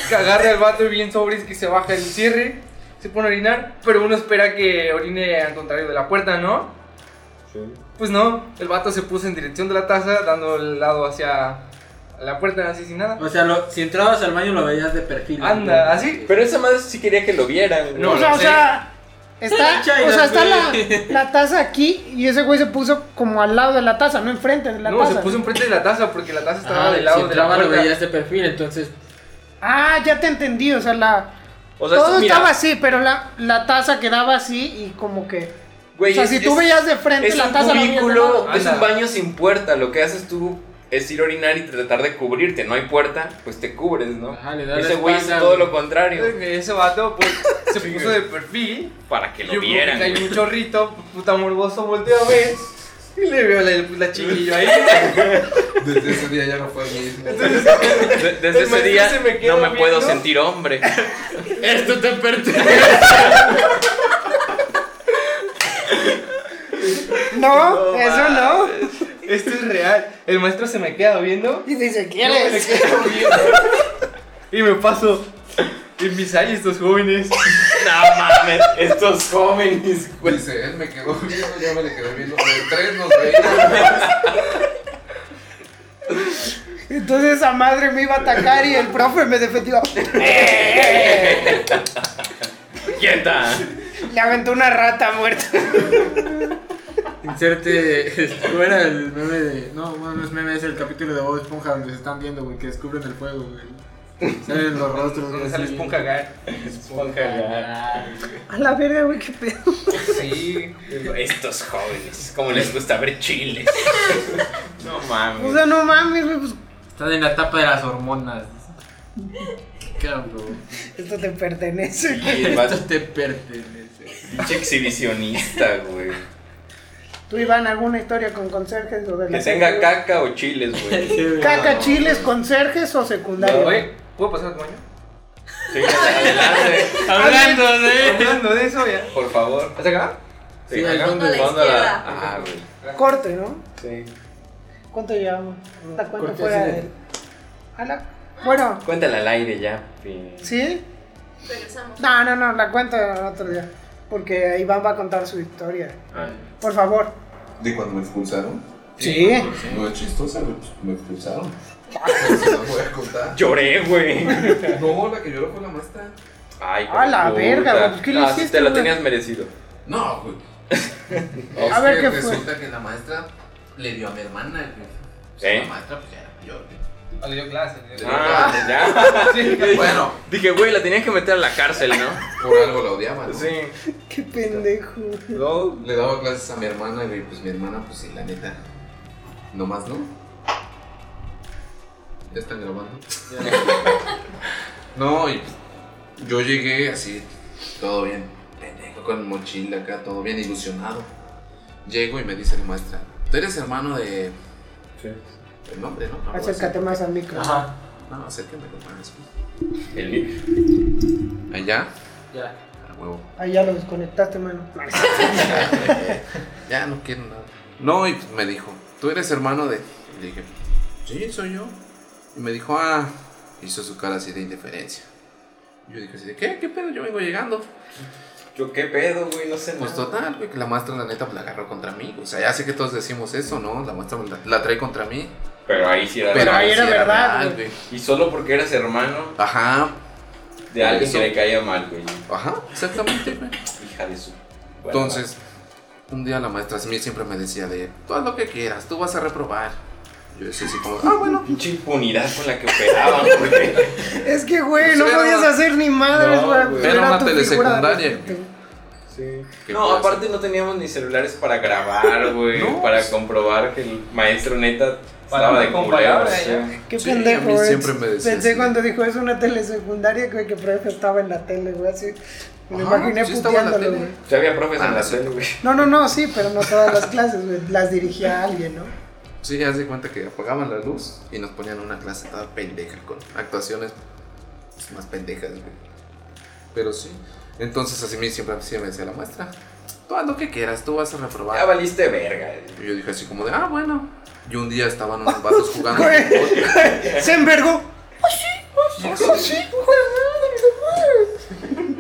Speaker 2: Que agarra el vato y bien sobres que se baja el cierre, se pone a orinar, pero uno espera que orine al contrario de la puerta, ¿no? Pues no, el vato se puso en dirección de la taza, dando el lado hacia la puerta, así sin nada.
Speaker 5: O sea, lo- si entrabas al baño lo veías de perfil.
Speaker 2: Anda, así.
Speaker 6: Pero esa madre sí quería que lo vieran.
Speaker 2: No,
Speaker 8: o sea,
Speaker 2: lo
Speaker 8: o
Speaker 2: sé.
Speaker 8: sea, está,
Speaker 5: Chaira,
Speaker 8: o sea, está la,
Speaker 5: güey.
Speaker 8: la taza aquí y ese güey se puso como al lado de la taza, no enfrente de la
Speaker 2: no,
Speaker 8: taza.
Speaker 2: se puso enfrente de la taza porque la taza estaba
Speaker 5: Ah,
Speaker 2: del lado
Speaker 5: si
Speaker 2: de la
Speaker 5: entrabas lo
Speaker 2: puerta.
Speaker 5: veías de perfil, entonces.
Speaker 8: Ah, ya te entendí, o sea, la
Speaker 6: O sea,
Speaker 8: todo
Speaker 6: mira,
Speaker 8: estaba así, pero la, la taza quedaba así y como que
Speaker 6: güey,
Speaker 8: o sea,
Speaker 6: es-
Speaker 8: si tú
Speaker 6: es-
Speaker 8: veías de frente
Speaker 6: Es
Speaker 8: la
Speaker 6: un
Speaker 8: taza la veías de
Speaker 6: cubículo,
Speaker 8: lado.
Speaker 6: es un
Speaker 2: Anda.
Speaker 6: baño sin puerta. Lo que haces tú es ir a orinar y tratar de cubrirte. No hay puerta, pues te cubres, ¿no?
Speaker 5: Ajá, le das
Speaker 6: Ese
Speaker 5: la
Speaker 6: güey hizo
Speaker 5: espalda,
Speaker 6: todo
Speaker 5: güey.
Speaker 6: lo contrario.
Speaker 2: Ese vato pues, se
Speaker 6: Sí,
Speaker 2: puso
Speaker 6: güey.
Speaker 2: de perfil
Speaker 6: Para que
Speaker 2: Yo
Speaker 6: lo
Speaker 2: creo
Speaker 6: vieran.
Speaker 2: que hay
Speaker 6: güey.
Speaker 2: un chorrito, puta morboso, volteo a ver. Y le veo la, la chiquillo ahí.
Speaker 11: Desde ese día ya no fue el mismo.
Speaker 6: De-
Speaker 2: el
Speaker 6: Desde ese
Speaker 2: maestro
Speaker 6: día
Speaker 2: se me queda
Speaker 6: no me puedo
Speaker 2: viendo.
Speaker 6: sentir hombre.
Speaker 5: Esto te pertenece.
Speaker 8: No, eso no.
Speaker 2: Esto es real. El maestro se me queda viendo
Speaker 8: Y dice,
Speaker 2: Yo me
Speaker 8: ¿quieres?
Speaker 2: quedo viendo. y me paso. En mis años estos jóvenes.
Speaker 6: No mames, estos jóvenes.
Speaker 4: Dice, él me quedó viendo, yo me le quedé viendo. Los tres nos veíamos.
Speaker 8: Entonces esa madre me iba a atacar y el profe me defendió.
Speaker 6: ¡Quieta!
Speaker 8: Le aventó una rata muerta.
Speaker 5: Inserte, este, ¿cómo era el meme de.? No, bueno, no es meme, es el capítulo de Bob Esponja donde se están viendo, güey, que descubren el fuego, güey. Salen los rostros,
Speaker 2: Donde
Speaker 5: güey.
Speaker 2: sale
Speaker 5: así.
Speaker 2: esponja acá.
Speaker 8: A la verga, güey, qué pedo.
Speaker 2: Sí.
Speaker 6: Estos jóvenes, como les gusta ver chiles. No
Speaker 8: O
Speaker 6: mames.
Speaker 8: sea, no mames, güey, pues
Speaker 5: Están en la etapa de las hormonas. Qué cabrón.
Speaker 8: esto te pertenece.
Speaker 6: Y el vato,
Speaker 5: Esto te pertenece.
Speaker 6: pinche exhibicionista, güey.
Speaker 8: Tú, Iván, alguna historia con conserjes o de la
Speaker 6: Que tenga caca o chiles, güey. Sí,
Speaker 8: Caca, chiles, conserjes o secundaria.
Speaker 2: Oye, ¿puedo pasar al baño?
Speaker 6: adelante.
Speaker 5: Hablando de.
Speaker 2: Hablando de eso ya.
Speaker 6: Por favor.
Speaker 2: ¿Hasta acá?
Speaker 5: Sí, al
Speaker 6: acá.
Speaker 5: fondo
Speaker 7: a la
Speaker 6: Fondo a la-
Speaker 7: izquierda.
Speaker 6: Ah, güey.
Speaker 8: Corte, ¿no?
Speaker 6: Sí.
Speaker 8: ¿Cuánto llevamos? ¿Hasta cuánto
Speaker 5: Corte
Speaker 8: fuera
Speaker 5: así de-
Speaker 8: de... A la- Bueno,
Speaker 6: Cuéntale al aire ya. pi.
Speaker 8: ¿sí?
Speaker 7: Regresamos.
Speaker 8: No, no, no, la cuento otro día. Porque Iván va a contar su historia.
Speaker 6: Ah,
Speaker 8: Por favor.
Speaker 4: ¿De cuando me expulsaron?
Speaker 8: Sí.
Speaker 4: No es chistosa, güey, pues, me expulsaron. Se la voy a contar.
Speaker 6: Lloré, güey.
Speaker 4: No, la que lloró fue la maestra.
Speaker 6: Ay,
Speaker 8: A la
Speaker 6: puta.
Speaker 8: verga, güey, pues, ¿qué le
Speaker 6: Ah,
Speaker 8: hiciste,
Speaker 6: Te lo
Speaker 8: güey?
Speaker 6: tenías merecido.
Speaker 4: No, güey.
Speaker 8: A ver, ¿qué fue?
Speaker 4: Resulta que la maestra le dio a mi hermana, güey. O sea,
Speaker 6: ¿Eh?
Speaker 4: La maestra, pues ya era mayor, güey.
Speaker 2: Ah, Le dio clase. le dio-
Speaker 6: Ah, ya.
Speaker 4: Bueno,
Speaker 6: Dije, güey, la tenías que meter a la cárcel, ¿no?
Speaker 4: por algo la odiaba, ¿no?
Speaker 6: Sí.
Speaker 8: Qué pendejo.
Speaker 6: No.
Speaker 4: Le daba clases a mi hermana, güey. Pues mi hermana, pues sí, la neta. Nomás no. Ya están grabando. no, y pues, yo llegué así, todo bien. Pendejo con mochila acá, todo bien ilusionado. Llego y me dice la maestra: Tú eres hermano de.
Speaker 6: Sí.
Speaker 4: El nombre, ¿no? Algo así.
Speaker 8: Acércate más al micro.
Speaker 5: Ajá,
Speaker 4: No, acércame, hermano.
Speaker 6: El mío.
Speaker 4: Allá,
Speaker 5: ya.
Speaker 4: ¿Ah, a huevo.
Speaker 8: Ahí ya lo desconectaste, mano.
Speaker 4: ya no quiero nada. No, y pues me dijo, tú eres hermano de... Y dije, sí, soy yo. Y me dijo, ah, hizo su cara así de indiferencia. Yo dije así de, ¿qué? ¿Qué pedo? Yo vengo llegando.
Speaker 6: Yo qué pedo, güey, no sé.
Speaker 4: Pues
Speaker 6: nada.
Speaker 4: total, güey, que la maestra la neta pues, la agarró contra mí. O sea, ya sé que todos decimos eso, ¿no? La maestra la, la trae contra mí.
Speaker 6: Pero ahí sí era.
Speaker 4: Pero
Speaker 8: ahí
Speaker 4: sí
Speaker 8: era verdad,
Speaker 4: güey.
Speaker 6: Y solo porque eras hermano
Speaker 4: Ajá,
Speaker 6: de alguien
Speaker 4: Eso.
Speaker 6: que le caía mal, güey.
Speaker 4: ajá, exactamente, güey.
Speaker 6: Hija de su. Bueno,
Speaker 4: Entonces, un día la maestra sí, siempre me decía de, tú haz lo que quieras, tú vas a reprobar. Yo decía así como, ah, bueno.
Speaker 6: Pinche impunidad con la que operaban, güey.
Speaker 8: Es que, güey,
Speaker 4: Pues
Speaker 8: no
Speaker 4: era
Speaker 8: podías
Speaker 4: una-
Speaker 8: hacer ni madres,
Speaker 6: No,
Speaker 8: güey.
Speaker 6: güey.
Speaker 8: Era
Speaker 4: Era una
Speaker 8: tu figura de
Speaker 4: telesecundaria,
Speaker 8: respeto.
Speaker 6: Sí.
Speaker 4: ¿Qué
Speaker 6: No,
Speaker 4: pasa?
Speaker 6: aparte no teníamos ni celulares para grabar, güey.
Speaker 4: No.
Speaker 6: Para comprobar que el maestro neta
Speaker 2: Para
Speaker 6: estaba
Speaker 2: no
Speaker 6: de culero.
Speaker 2: comparar,
Speaker 6: sí.
Speaker 2: eh.
Speaker 8: Qué
Speaker 4: Sí,
Speaker 8: pendejo,
Speaker 4: a mí
Speaker 8: güey.
Speaker 4: siempre me decía
Speaker 8: Pensé
Speaker 4: así.
Speaker 8: cuando dijo es una telesecundaria, güey, que profe estaba en la tele, güey, así. Me
Speaker 4: Ajá,
Speaker 8: imaginé
Speaker 4: sí estaba en la
Speaker 8: puteándolo,
Speaker 4: tele.
Speaker 8: güey.
Speaker 6: Ya había profes
Speaker 4: Ah,
Speaker 6: en la
Speaker 4: sí.
Speaker 6: tele, güey.
Speaker 8: No, no, no, sí, pero no todas las clases, güey. Las dirigía alguien, ¿no?
Speaker 4: Sí, haz de cuenta que apagaban la luz y nos ponían una clase toda pendeja con actuaciones pues, más pendejas, güey. Pero sí. Entonces así me siempre así me decía la maestra, tú haz lo que quieras, tú vas a reprobar.
Speaker 6: Ya valiste verga.
Speaker 4: Y yo dije así como de, ah, bueno. Y un día estaban unos vatos jugando
Speaker 8: Güey.
Speaker 4: fútbol.
Speaker 8: ¡Se envergó!
Speaker 4: Ah,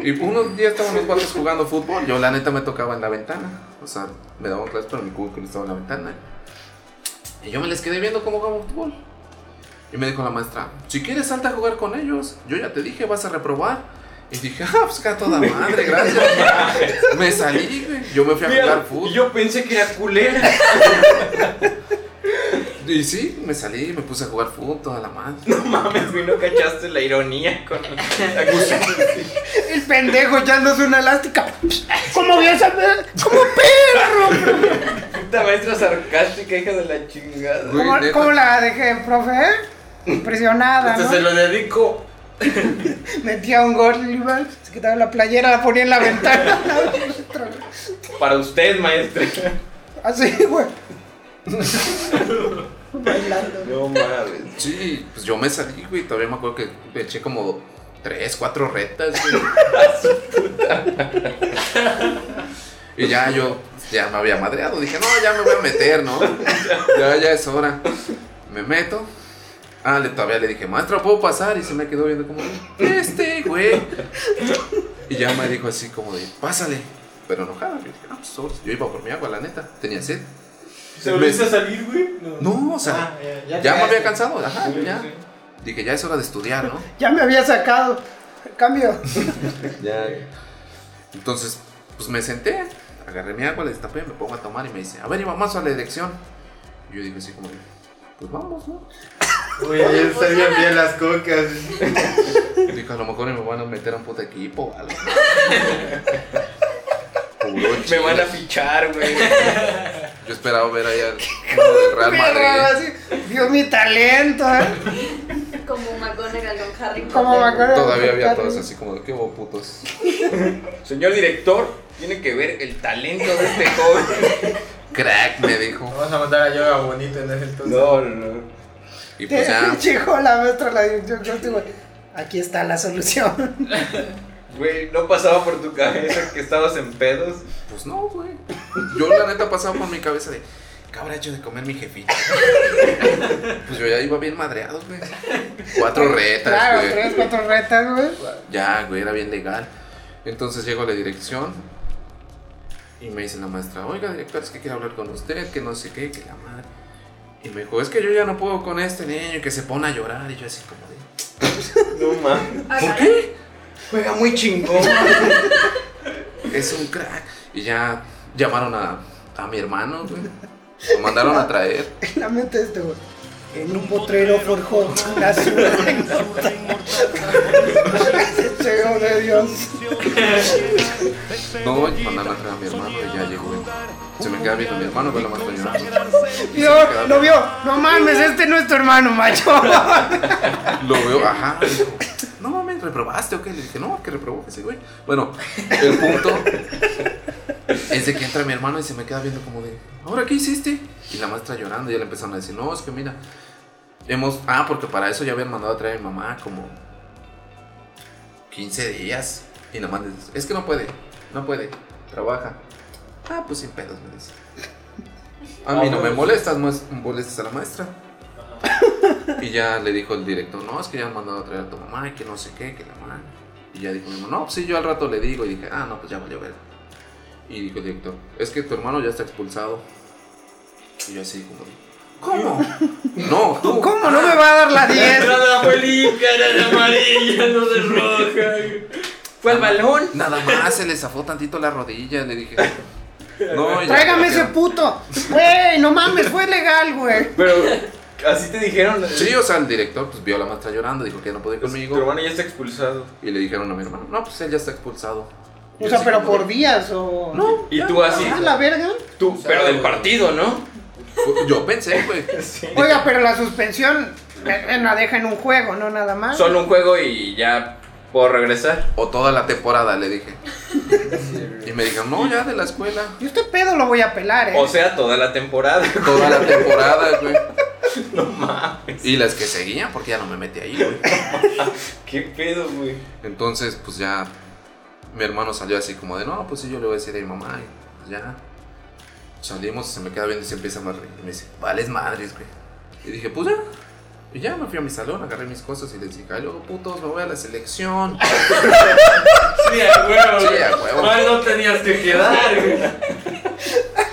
Speaker 4: Y unos días estaban unos vatos jugando fútbol. Yo la neta me tocaba en la ventana. O sea, me daban clases, pero mi cubículo estaba en la ventana. Y yo me les quedé viendo cómo jugaban fútbol. Y me dijo la maestra, si quieres salta a jugar con ellos. Yo ya te dije, vas a reprobar. Y dije, ah, pues que a toda madre, gracias. me salí, güey. Yo me fui a jugar fútbol.
Speaker 6: Y yo pensé que era culera.
Speaker 4: Y sí, me salí, me puse a jugar fútbol toda la madre.
Speaker 6: No mames, güey, no cachaste la ironía con la cosa.
Speaker 8: El pendejo echándose una elástica. ¿Cómo voy a saber? ¡Como perro!
Speaker 6: Puta maestra sarcástica, hija de la chingada.
Speaker 4: Güey,
Speaker 8: ¿Cómo,
Speaker 4: neta. Este
Speaker 8: cómo la dejé, profe?
Speaker 6: Este
Speaker 8: Impresionada,
Speaker 5: Entonces se
Speaker 8: ¿no?
Speaker 5: lo dedico.
Speaker 8: Metía un gol, Iván, se quitaba la playera, la ponía en la ventana.
Speaker 6: Para usted, maestra.
Speaker 8: Así, güey. Bailando.
Speaker 6: No mames.
Speaker 4: Sí, pues yo me salí, güey. Todavía me acuerdo que me eché como tres, cuatro retas, güey. y ya yo, ya me había madreado. Dije, no, ya me voy a meter, ¿no? ya, ya es hora. Me meto. Ah, le, todavía le dije, maestro, ¿puedo pasar? Y se me quedó viendo como, este, güey. Y ya me dijo así como de, pásale. Pero enojada, yo dije, no, pues, sobres. yo iba por mi agua, la neta, tenía sed.
Speaker 2: ¿Se volviste a salir, güey?
Speaker 4: No, o sea,
Speaker 2: Ah, ya,
Speaker 4: ya,
Speaker 2: ya
Speaker 4: me
Speaker 2: quedaste.
Speaker 4: había cansado, ajá,
Speaker 2: Sí,
Speaker 4: ya.
Speaker 2: sí.
Speaker 4: Dije, ya es hora de estudiar, ¿no?
Speaker 8: Ya me había sacado. Cambio.
Speaker 4: Ya. Entonces, pues me senté, agarré mi agua, le destapé, me pongo a tomar y me dice, a ver, y vamos a la dirección. Y yo dije así como, pues vamos, ¿no?
Speaker 2: Uy, ayer salían bien las cocas.
Speaker 4: Dijo, a lo mejor me van a meter a un puto equipo o algo. Puro
Speaker 6: Me
Speaker 4: chile.
Speaker 6: van a fichar, güey.
Speaker 4: Yo esperaba ver ahí al uno del Real Madrid. ¿eh?
Speaker 8: Vio mi talento, ¿eh?
Speaker 7: Como McGonagall con Harry Potter.
Speaker 8: Como me acuerdo.
Speaker 4: Todavía había todos así como, qué hubo putos.
Speaker 6: Señor director, tiene que ver el talento de este joven.
Speaker 4: Crack, me dijo.
Speaker 5: Vamos a mandar a Yoga Bonito en ese entonces.
Speaker 6: No, no, no.
Speaker 4: Y pues ya,
Speaker 8: Chico, la maestra, la dirección yo estoy, güey, Aquí está la solución.
Speaker 6: Güey, no pasaba por tu cabeza que estabas en pedos.
Speaker 4: pues no, güey. Yo la neta pasaba por mi cabeza de, ¿qué habrá hecho de comer mi jefita? Pues yo ya iba bien madreado, güey. Cuatro retas,
Speaker 8: Claro,
Speaker 4: güey.
Speaker 8: tres, cuatro retas, güey.
Speaker 4: Ya, güey, era bien legal. Entonces llego a la dirección y me dice la maestra, oiga, director, es que quiero hablar con usted, que no sé qué, que la madre. Y me dijo, es que yo ya no puedo con este niño y que se pone a llorar. Y yo así como de,
Speaker 6: No mames.
Speaker 7: Ah,
Speaker 4: ¿por
Speaker 7: caray.
Speaker 4: qué?
Speaker 6: Juega muy chingón.
Speaker 4: Es un crack. Y ya llamaron a, a mi hermano, güey. Lo mandaron a traer.
Speaker 8: La mente de este, güey. En un potrero forjó la ciudad. Llegó de Dios.
Speaker 4: No, y mandaron a traer a mi hermano y ya llegó. güey. Se me queda viendo mi hermano, güey, lo más llorando.
Speaker 8: Vio, lo vio. No mames, este no es tu hermano, macho.
Speaker 4: Lo veo, ajá. y dijo, No mames, ¿reprobaste o qué? Le dije, no, que reprobó ese güey. Bueno, el punto es de que entra mi hermano y se me queda viendo como de, ¿ahora qué hiciste? Y la maestra llorando, y ya le empezaron a decir, no, es que mira, hemos. Ah, porque para eso ya habían mandado a traer a mi mamá como 15 días. Y nada más les dice, es que no puede, no puede, trabaja. Ah, pues sin pedos, me dice. A mí no me molestas, mues- molestas a la maestra. Y ya le dijo el director, no, es que ya han mandado a traer a tu mamá, y que no sé qué, que la mamá. Y ya dijo mi mamá, no, pues sí, yo al rato le digo. Y dije, ah, no, pues ya valió ver. Y dijo el director, es que tu hermano ya está expulsado. Y yo así como, ¿cómo? no, Ah, tú.
Speaker 8: ¿Cómo no me va a dar la 10?
Speaker 5: Entrada fue limpia, era de amarilla, no de roja. Fue el balón.
Speaker 4: Nada más se le zafó tantito la rodilla, le dije. No, y ya,
Speaker 8: Tráigame ese
Speaker 4: ya.
Speaker 8: puto. Güey, no mames, fue legal, güey.
Speaker 6: Pero, así te dijeron.
Speaker 4: Sí, o sea, el director pues vio a la maestra llorando, dijo que no podía ir
Speaker 6: Tu
Speaker 4: conmigo.
Speaker 6: hermano ya está expulsado.
Speaker 4: Y le dijeron a mi hermano, no, pues él ya está expulsado.
Speaker 8: O sea, pero por
Speaker 4: día
Speaker 8: días o. No.
Speaker 6: Y tú así.
Speaker 8: Ah, la verga.
Speaker 6: Tú, pero del partido, ¿no?
Speaker 4: "Pues, Yo pensé, güey.
Speaker 8: Oiga, pero la suspensión me- me la deja en un juego, no nada más.
Speaker 6: Solo un juego y ya puedo regresar.
Speaker 4: O toda la temporada, le dije. Y me dijeron, no, ya de la escuela.
Speaker 8: Yo este pedo lo voy a pelar, eh.
Speaker 6: O sea, toda la temporada.
Speaker 4: Toda la temporada, güey. No mames. Y las que seguían, porque ya no me metí ahí, güey.
Speaker 6: ¿Qué pedo, güey?
Speaker 4: Entonces, pues ya mi hermano salió así como de, no, pues sí, yo le voy a decir a mi mamá, y pues ya. Salimos, se me queda viendo y se empieza a reír. Y me dice, vales madres, güey. Y dije, pues ya. Y ya me fui a mi salón, agarré mis cosas y les dije, ay, luego putos, me voy a la selección.
Speaker 5: Sí, a huevo.
Speaker 4: Sí,
Speaker 5: güey.
Speaker 4: a huevo.
Speaker 5: Mal no tenías que quedar, güey.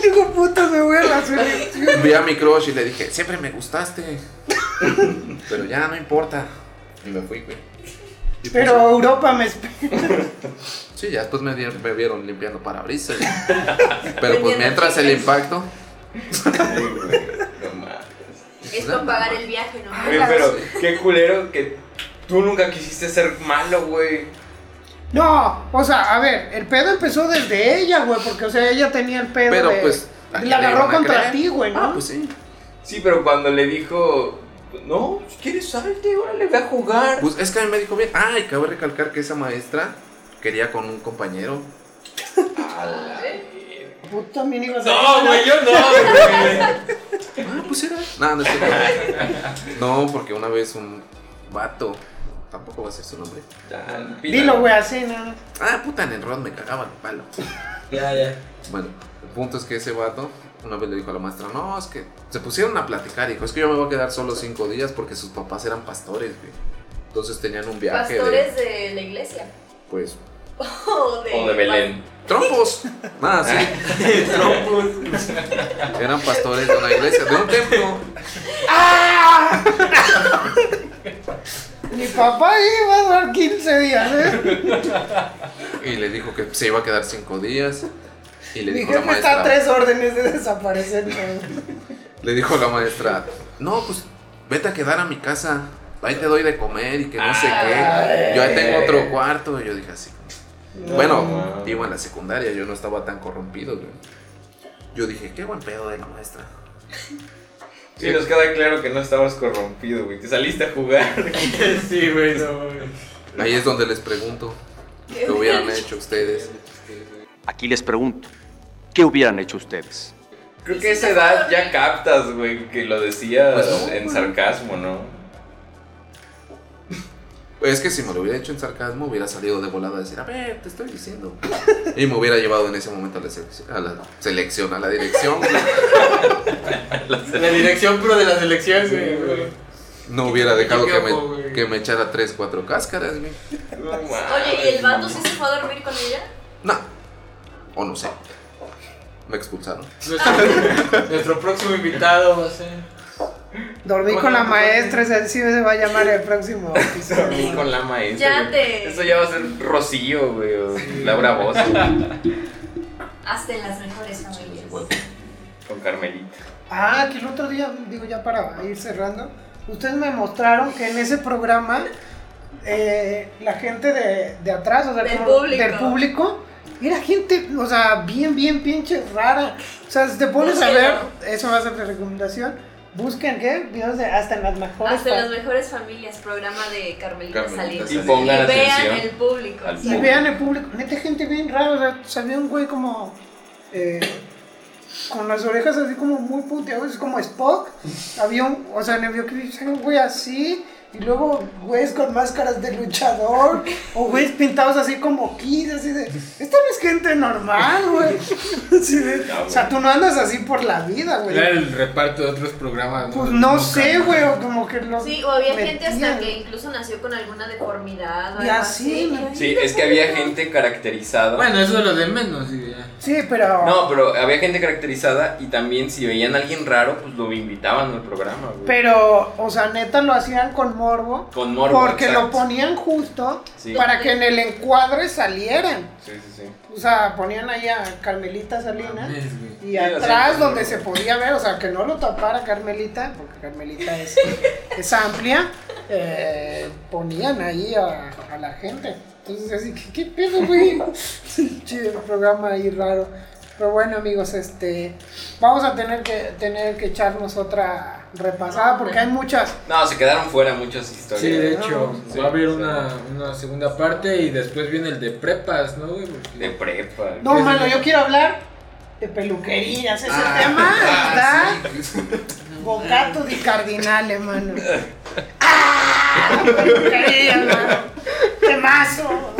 Speaker 8: Digo, puto, me voy a la selección.
Speaker 4: Vi a mi crush y le dije, siempre me gustaste. Pero ya, no importa. Y me fui, güey. Y pues,
Speaker 8: Pero Europa me espera.
Speaker 4: Sí, ya después me, dieron- me vieron limpiando parabrisas. güey. Pero pues
Speaker 7: Vendiendo
Speaker 4: mientras el
Speaker 7: chicles.
Speaker 4: impacto.
Speaker 6: No mames.
Speaker 7: Es para pagar el viaje, ¿no?
Speaker 6: Güey, pero qué culero que tú nunca quisiste ser malo, güey.
Speaker 8: No, o sea, a ver, el pedo empezó desde ella, güey, porque, o sea, ella tenía el pedo.
Speaker 4: Pero
Speaker 8: de-
Speaker 4: pues. ¿a quién
Speaker 8: La
Speaker 4: le
Speaker 8: agarró
Speaker 4: iban a
Speaker 8: contra
Speaker 4: creer?
Speaker 8: ti, güey, ¿no?
Speaker 4: Ah, pues sí.
Speaker 6: Sí, pero cuando le dijo, no, si quieres salte, ahora le voy a jugar.
Speaker 4: Pues es que a mí me dijo bien. Ah, y cabe recalcar que esa maestra quería con un compañero.
Speaker 8: Tú también ibas a.
Speaker 5: No, güey, yo no, güey.
Speaker 4: Ah, pues era. No, no es cierto. No, porque una vez un vato. Tampoco va a ser su nombre.
Speaker 6: Tan, pila.
Speaker 8: Dilo, güey, así, nada.
Speaker 4: Ah, puta, en el rod me cagaba el palo.
Speaker 5: Ya, ya.
Speaker 4: Bueno, el punto es que ese vato una vez le dijo a la maestra, no, es que se pusieron a platicar, dijo, es que yo me voy a quedar solo cinco días porque sus papás eran pastores, güey. Entonces tenían un viaje
Speaker 7: Pastores
Speaker 4: de,
Speaker 7: de la iglesia.
Speaker 4: pues,
Speaker 7: O de,
Speaker 6: O de Belén.
Speaker 4: trompos. Ah, sí, eran pastores de una iglesia, de un templo.
Speaker 8: Mi papá iba a durar 15 días, ¿eh?
Speaker 4: Y le dijo que se iba a quedar cinco días. Y le
Speaker 8: Mi
Speaker 4: dijo a la
Speaker 8: jefe está a
Speaker 4: maestra,
Speaker 8: tres órdenes de desaparecer, güey.
Speaker 4: le dijo la maestra, no, pues vete a quedar a mi casa, ahí te doy de comer y que no sé qué. Yo ahí tengo
Speaker 6: Ah.
Speaker 4: otro cuarto. Y yo dije así. bueno, iba en la secundaria, yo no estaba tan corrompido, güey. Yo dije, qué buen pedo de la maestra.
Speaker 6: Sí, nos queda claro que no estabas corrompido, güey. Te saliste a jugar.
Speaker 5: Sí, güey, no, güey.
Speaker 4: Ahí es donde les pregunto, ¿qué hubieran hecho ustedes?
Speaker 2: Aquí les pregunto, ¿qué hubieran hecho ustedes?
Speaker 6: Creo que a esa edad ya captas, güey, que lo decía en sarcasmo, ¿no?
Speaker 4: Pues es que si me lo hubiera hecho en sarcasmo, hubiera salido de volada a decir, a ver, te estoy diciendo. Y me hubiera llevado en ese momento a la selección, a la, selección, a la dirección. güey.
Speaker 5: La dirección pro de las elecciones, güey.
Speaker 4: No hubiera dejado que
Speaker 5: Yo, güey.
Speaker 4: me, que me echara 3, 4 cáscaras, güey.
Speaker 7: Oye, ¿y el vato sí se fue a dormir con ella?
Speaker 4: No. O no sé. Me expulsaron.
Speaker 5: Nuestro, nuestro próximo invitado va a ser.
Speaker 8: Dormí con la maestra, ese sí se va a llamar el próximo
Speaker 6: Dormí
Speaker 8: episodio.
Speaker 6: con la maestra.
Speaker 7: Ya
Speaker 6: güey.
Speaker 7: te-
Speaker 6: Eso ya va a ser Rocío, güey, o Laura Bozo,
Speaker 7: Hasta en las mejores familias.
Speaker 6: con Carmelita.
Speaker 8: Ah, que el otro día, digo ya para ir cerrando, ustedes me mostraron que en ese programa eh, la gente de, de atrás, o sea,
Speaker 7: Del
Speaker 8: como-
Speaker 7: público.
Speaker 8: del público, era gente, o sea, bien, bien pinche rara. O sea, si te pones a ver,
Speaker 7: Búsquenlo.
Speaker 8: eso va a ser mi recomendación. Busquen, ¿qué? Videos de hasta en las mejores.
Speaker 7: Hasta en las
Speaker 8: pa-
Speaker 7: mejores familias, programa de Carmelita
Speaker 4: Carmelita
Speaker 7: Salinas.
Speaker 4: Salinas.
Speaker 6: Y pongan
Speaker 7: y vean el
Speaker 6: atención.
Speaker 7: público.
Speaker 6: al
Speaker 7: sí.
Speaker 8: Y vean el público, neta gente bien rara, o sea, salió un güey como eh, con las orejas así como muy puteadas, como Spock. Había un, o sea, en el videoclip salió un güey así, y luego güeyes con máscaras de luchador, o güeyes pintados así como Kid, así de, esta no es gente normal, güey. Así de, o sea, tú no andas así por la vida,
Speaker 5: Era
Speaker 8: güey.
Speaker 5: el reparto de otros programas.
Speaker 8: Pues no sé, güey, o como que lo.
Speaker 7: Sí, o había gente hasta
Speaker 8: metían.
Speaker 7: que incluso nació con alguna deformidad o
Speaker 8: Y
Speaker 7: algo
Speaker 8: así,
Speaker 7: así.
Speaker 8: ¿no?
Speaker 7: Ay,
Speaker 6: Sí, es que había gente caracterizada.
Speaker 5: Bueno, eso es lo de menos, sí, ya.
Speaker 8: Sí, pero.
Speaker 6: No, pero había gente caracterizada y también si veían a alguien raro, pues lo invitaban al programa, güey.
Speaker 8: Pero, o sea, neta lo hacían con morbo.
Speaker 6: Con morbo,
Speaker 8: Porque
Speaker 6: exacto.
Speaker 8: lo ponían justo
Speaker 6: Sí.
Speaker 8: para que en el encuadre salieran.
Speaker 6: Sí, sí, sí.
Speaker 8: O sea, ponían ahí a Carmelita Salinas.
Speaker 5: Mames, güey.
Speaker 8: Y
Speaker 6: Sí,
Speaker 8: atrás
Speaker 6: así,
Speaker 8: donde
Speaker 6: morbo.
Speaker 8: se podía ver, o sea, que no lo tapara Carmelita, porque Carmelita es, es amplia, eh, ponían ahí a, a la gente. Entonces, así que, ¿qué pedo, güey? Chido programa ahí raro. Pero bueno, amigos, este, vamos a tener que, tener que echarnos otra repasada, porque hay muchas...
Speaker 6: No, se quedaron fuera muchas historias.
Speaker 5: Sí, de
Speaker 8: no,
Speaker 5: hecho,
Speaker 6: sí,
Speaker 5: va a haber
Speaker 6: sí.
Speaker 5: una, una segunda parte y después viene el de prepas, ¿no, güey? Porque-
Speaker 6: De prepa. güey.
Speaker 8: No, mano, yo quiero hablar de peluquerías. Ese
Speaker 4: Ah,
Speaker 8: tema
Speaker 4: ah,
Speaker 8: está
Speaker 4: sí.
Speaker 8: bocato di cardinale, mano. ¡Ah! Peluquerías, mano. Temazo.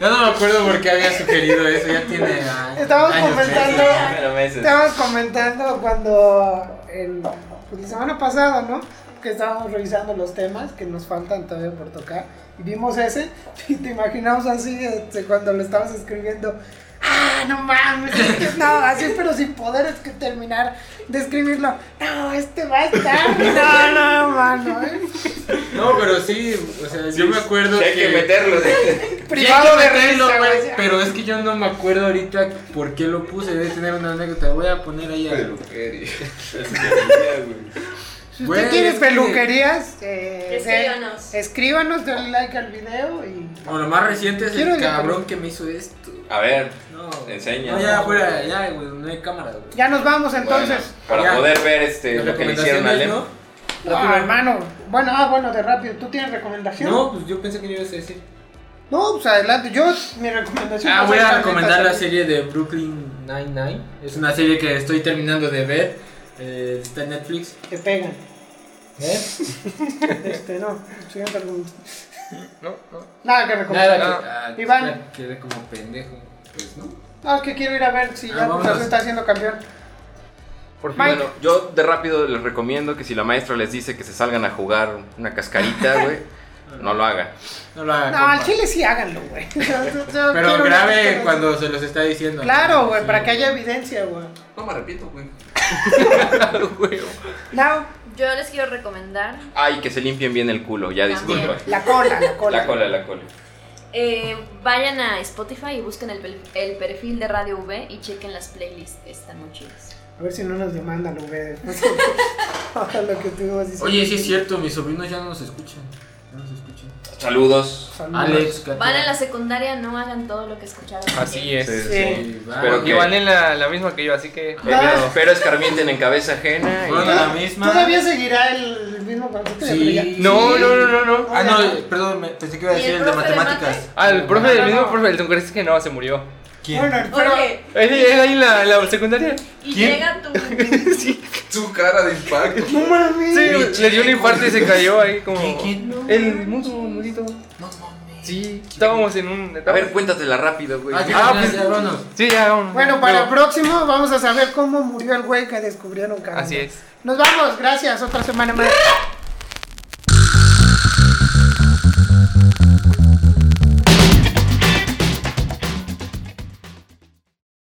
Speaker 5: Yo no me acuerdo por qué había sugerido eso, ya tiene a-
Speaker 8: Estábamos
Speaker 5: años,
Speaker 8: comentando-
Speaker 5: meses.
Speaker 6: Pero meses.
Speaker 8: Estábamos comentando cuando el- pues, la semana pasada, ¿no? Que estábamos revisando los temas que nos faltan todavía por tocar. Y vimos ese y te imaginamos así este, cuando lo estabas escribiendo. Ah, no mames, es que no, así pero sin poder es que terminar de escribirlo. No, este va a estar. No, no, mano. ¿eh?
Speaker 5: No, pero sí, o sea, yo me acuerdo
Speaker 6: Sí, hay que meterlo. sí.
Speaker 8: Privado de
Speaker 5: meterlo,
Speaker 8: risa,
Speaker 5: güey,
Speaker 8: güey.
Speaker 5: Pero es que yo no me acuerdo ahorita por qué lo puse, debe tener una anécdota. Voy a poner ahí algo.
Speaker 8: Si
Speaker 5: Güey,
Speaker 8: usted quiere
Speaker 5: es que-
Speaker 8: peluquerías, eh,
Speaker 7: Escríbanos.
Speaker 8: de- escríbanos, denle like al video y
Speaker 5: O lo más reciente es
Speaker 8: Quiero
Speaker 5: el
Speaker 8: el-
Speaker 5: cabrón que me hizo esto.
Speaker 6: A ver,
Speaker 5: No,
Speaker 6: Enseña.
Speaker 5: No, ya fuera, ya, güey, no hay cámara, güey.
Speaker 8: ya nos vamos entonces.
Speaker 6: bueno, para
Speaker 5: Ya.
Speaker 6: poder ver este
Speaker 5: Las
Speaker 6: lo que le hicieron a
Speaker 5: recomendaciones,
Speaker 6: Lem.
Speaker 5: ¿no?
Speaker 8: Ah, hermano. Bueno, ah, bueno, de rápido. ¿Tú tienes recomendación?
Speaker 5: No, pues yo pensé que ibas a decir.
Speaker 8: No, pues adelante. Yo, mi recomendación.
Speaker 5: Ah,
Speaker 8: es
Speaker 5: voy a
Speaker 8: Carmelita
Speaker 5: recomendar la
Speaker 8: Salinas.
Speaker 5: serie de Brooklyn Nine-Nine. Es una serie que estoy terminando de ver. eh, está en Netflix.
Speaker 8: Te pegan.
Speaker 5: ¿Eh?
Speaker 8: Este, no. siguiente pregunta.
Speaker 2: No, no.
Speaker 8: Nada que recomendar.
Speaker 5: Ah,
Speaker 8: Iván,
Speaker 5: ya Quedé como pendejo. Pues no.
Speaker 8: no, es que quiero ir a ver si
Speaker 5: Ah,
Speaker 8: ya
Speaker 5: vámonos.
Speaker 8: Cruz Azul está haciendo campeón. Mike.
Speaker 6: Bueno, yo de rápido les recomiendo que si la maestra les dice que se salgan a jugar una cascarita, güey, no lo hagan.
Speaker 5: No lo hagan.
Speaker 8: No,
Speaker 5: Ah, compa.
Speaker 8: al chile sí háganlo, güey. Yo- yo quiero
Speaker 5: Pero
Speaker 8: ver
Speaker 5: grave
Speaker 8: esto.
Speaker 5: cuando se los está diciendo.
Speaker 8: Claro, güey, para que haya evidencia, güey.
Speaker 4: No me arrepiento, güey.
Speaker 8: No,
Speaker 7: Yo les quiero recomendar
Speaker 6: Ay, que se limpien bien el culo, ya
Speaker 7: También.
Speaker 6: disculpa.
Speaker 8: la cola, la cola.
Speaker 6: La cola, la cola.
Speaker 7: Eh, vayan a Spotify y busquen el, pel- el perfil de Radio V y chequen las playlists, están muy chidas.
Speaker 8: A ver si no nos demandan, güey. Ojalá que tú vas diciendo.
Speaker 5: Oye, sí es cierto, mis sobrinos ya no nos escuchan. Ya no nos escuchan.
Speaker 6: Saludos.
Speaker 8: Saludos.
Speaker 5: Alex, Katia.
Speaker 7: Van a la secundaria, no hagan todo lo que escucharon.
Speaker 2: Así es.
Speaker 6: Sí,
Speaker 8: sí.
Speaker 5: va.
Speaker 6: Pero
Speaker 2: Porque
Speaker 6: que-
Speaker 2: van en la, la misma que yo, así que.
Speaker 8: Ah.
Speaker 6: Pero escarmienten en cabeza ajena. y-
Speaker 5: Fueron a la misma.
Speaker 8: Todavía seguirá el el mismo concepto de
Speaker 5: Sí.
Speaker 8: brilla-
Speaker 2: No, no, no, no, no.
Speaker 5: Ah, no, perdón, me- pensé que iba a
Speaker 7: ¿Y el
Speaker 5: decir el de
Speaker 7: profe de
Speaker 5: matemáticas.
Speaker 2: Ah, el profe del
Speaker 8: no,
Speaker 2: mismo
Speaker 8: no.
Speaker 2: profe, el congreso que no, se murió.
Speaker 5: ¿Quién?
Speaker 8: Bueno, pero
Speaker 7: Oye,
Speaker 2: Es, es ahí en la, la secundaria.
Speaker 7: y
Speaker 5: ¿Quién?
Speaker 7: llega tu...
Speaker 4: Su cara de impacto.
Speaker 8: no mames.
Speaker 2: Sí, le dio un infarto y se cayó ahí como.
Speaker 5: ¿Quién? ¿Quién?
Speaker 2: El mundo, murito.
Speaker 4: No mames.
Speaker 2: Sí, estábamos en un.
Speaker 6: A ver, cuéntatela rápido, güey.
Speaker 5: Ah, ya,
Speaker 2: Ah,
Speaker 5: ya,
Speaker 2: pues-
Speaker 5: ya, vámonos.
Speaker 2: Sí, ya, un-
Speaker 8: Bueno, para
Speaker 2: no.
Speaker 8: el próximo vamos a saber cómo murió el güey que descubrieron, caramba.
Speaker 2: Así es.
Speaker 8: Nos vamos, gracias, otra semana más.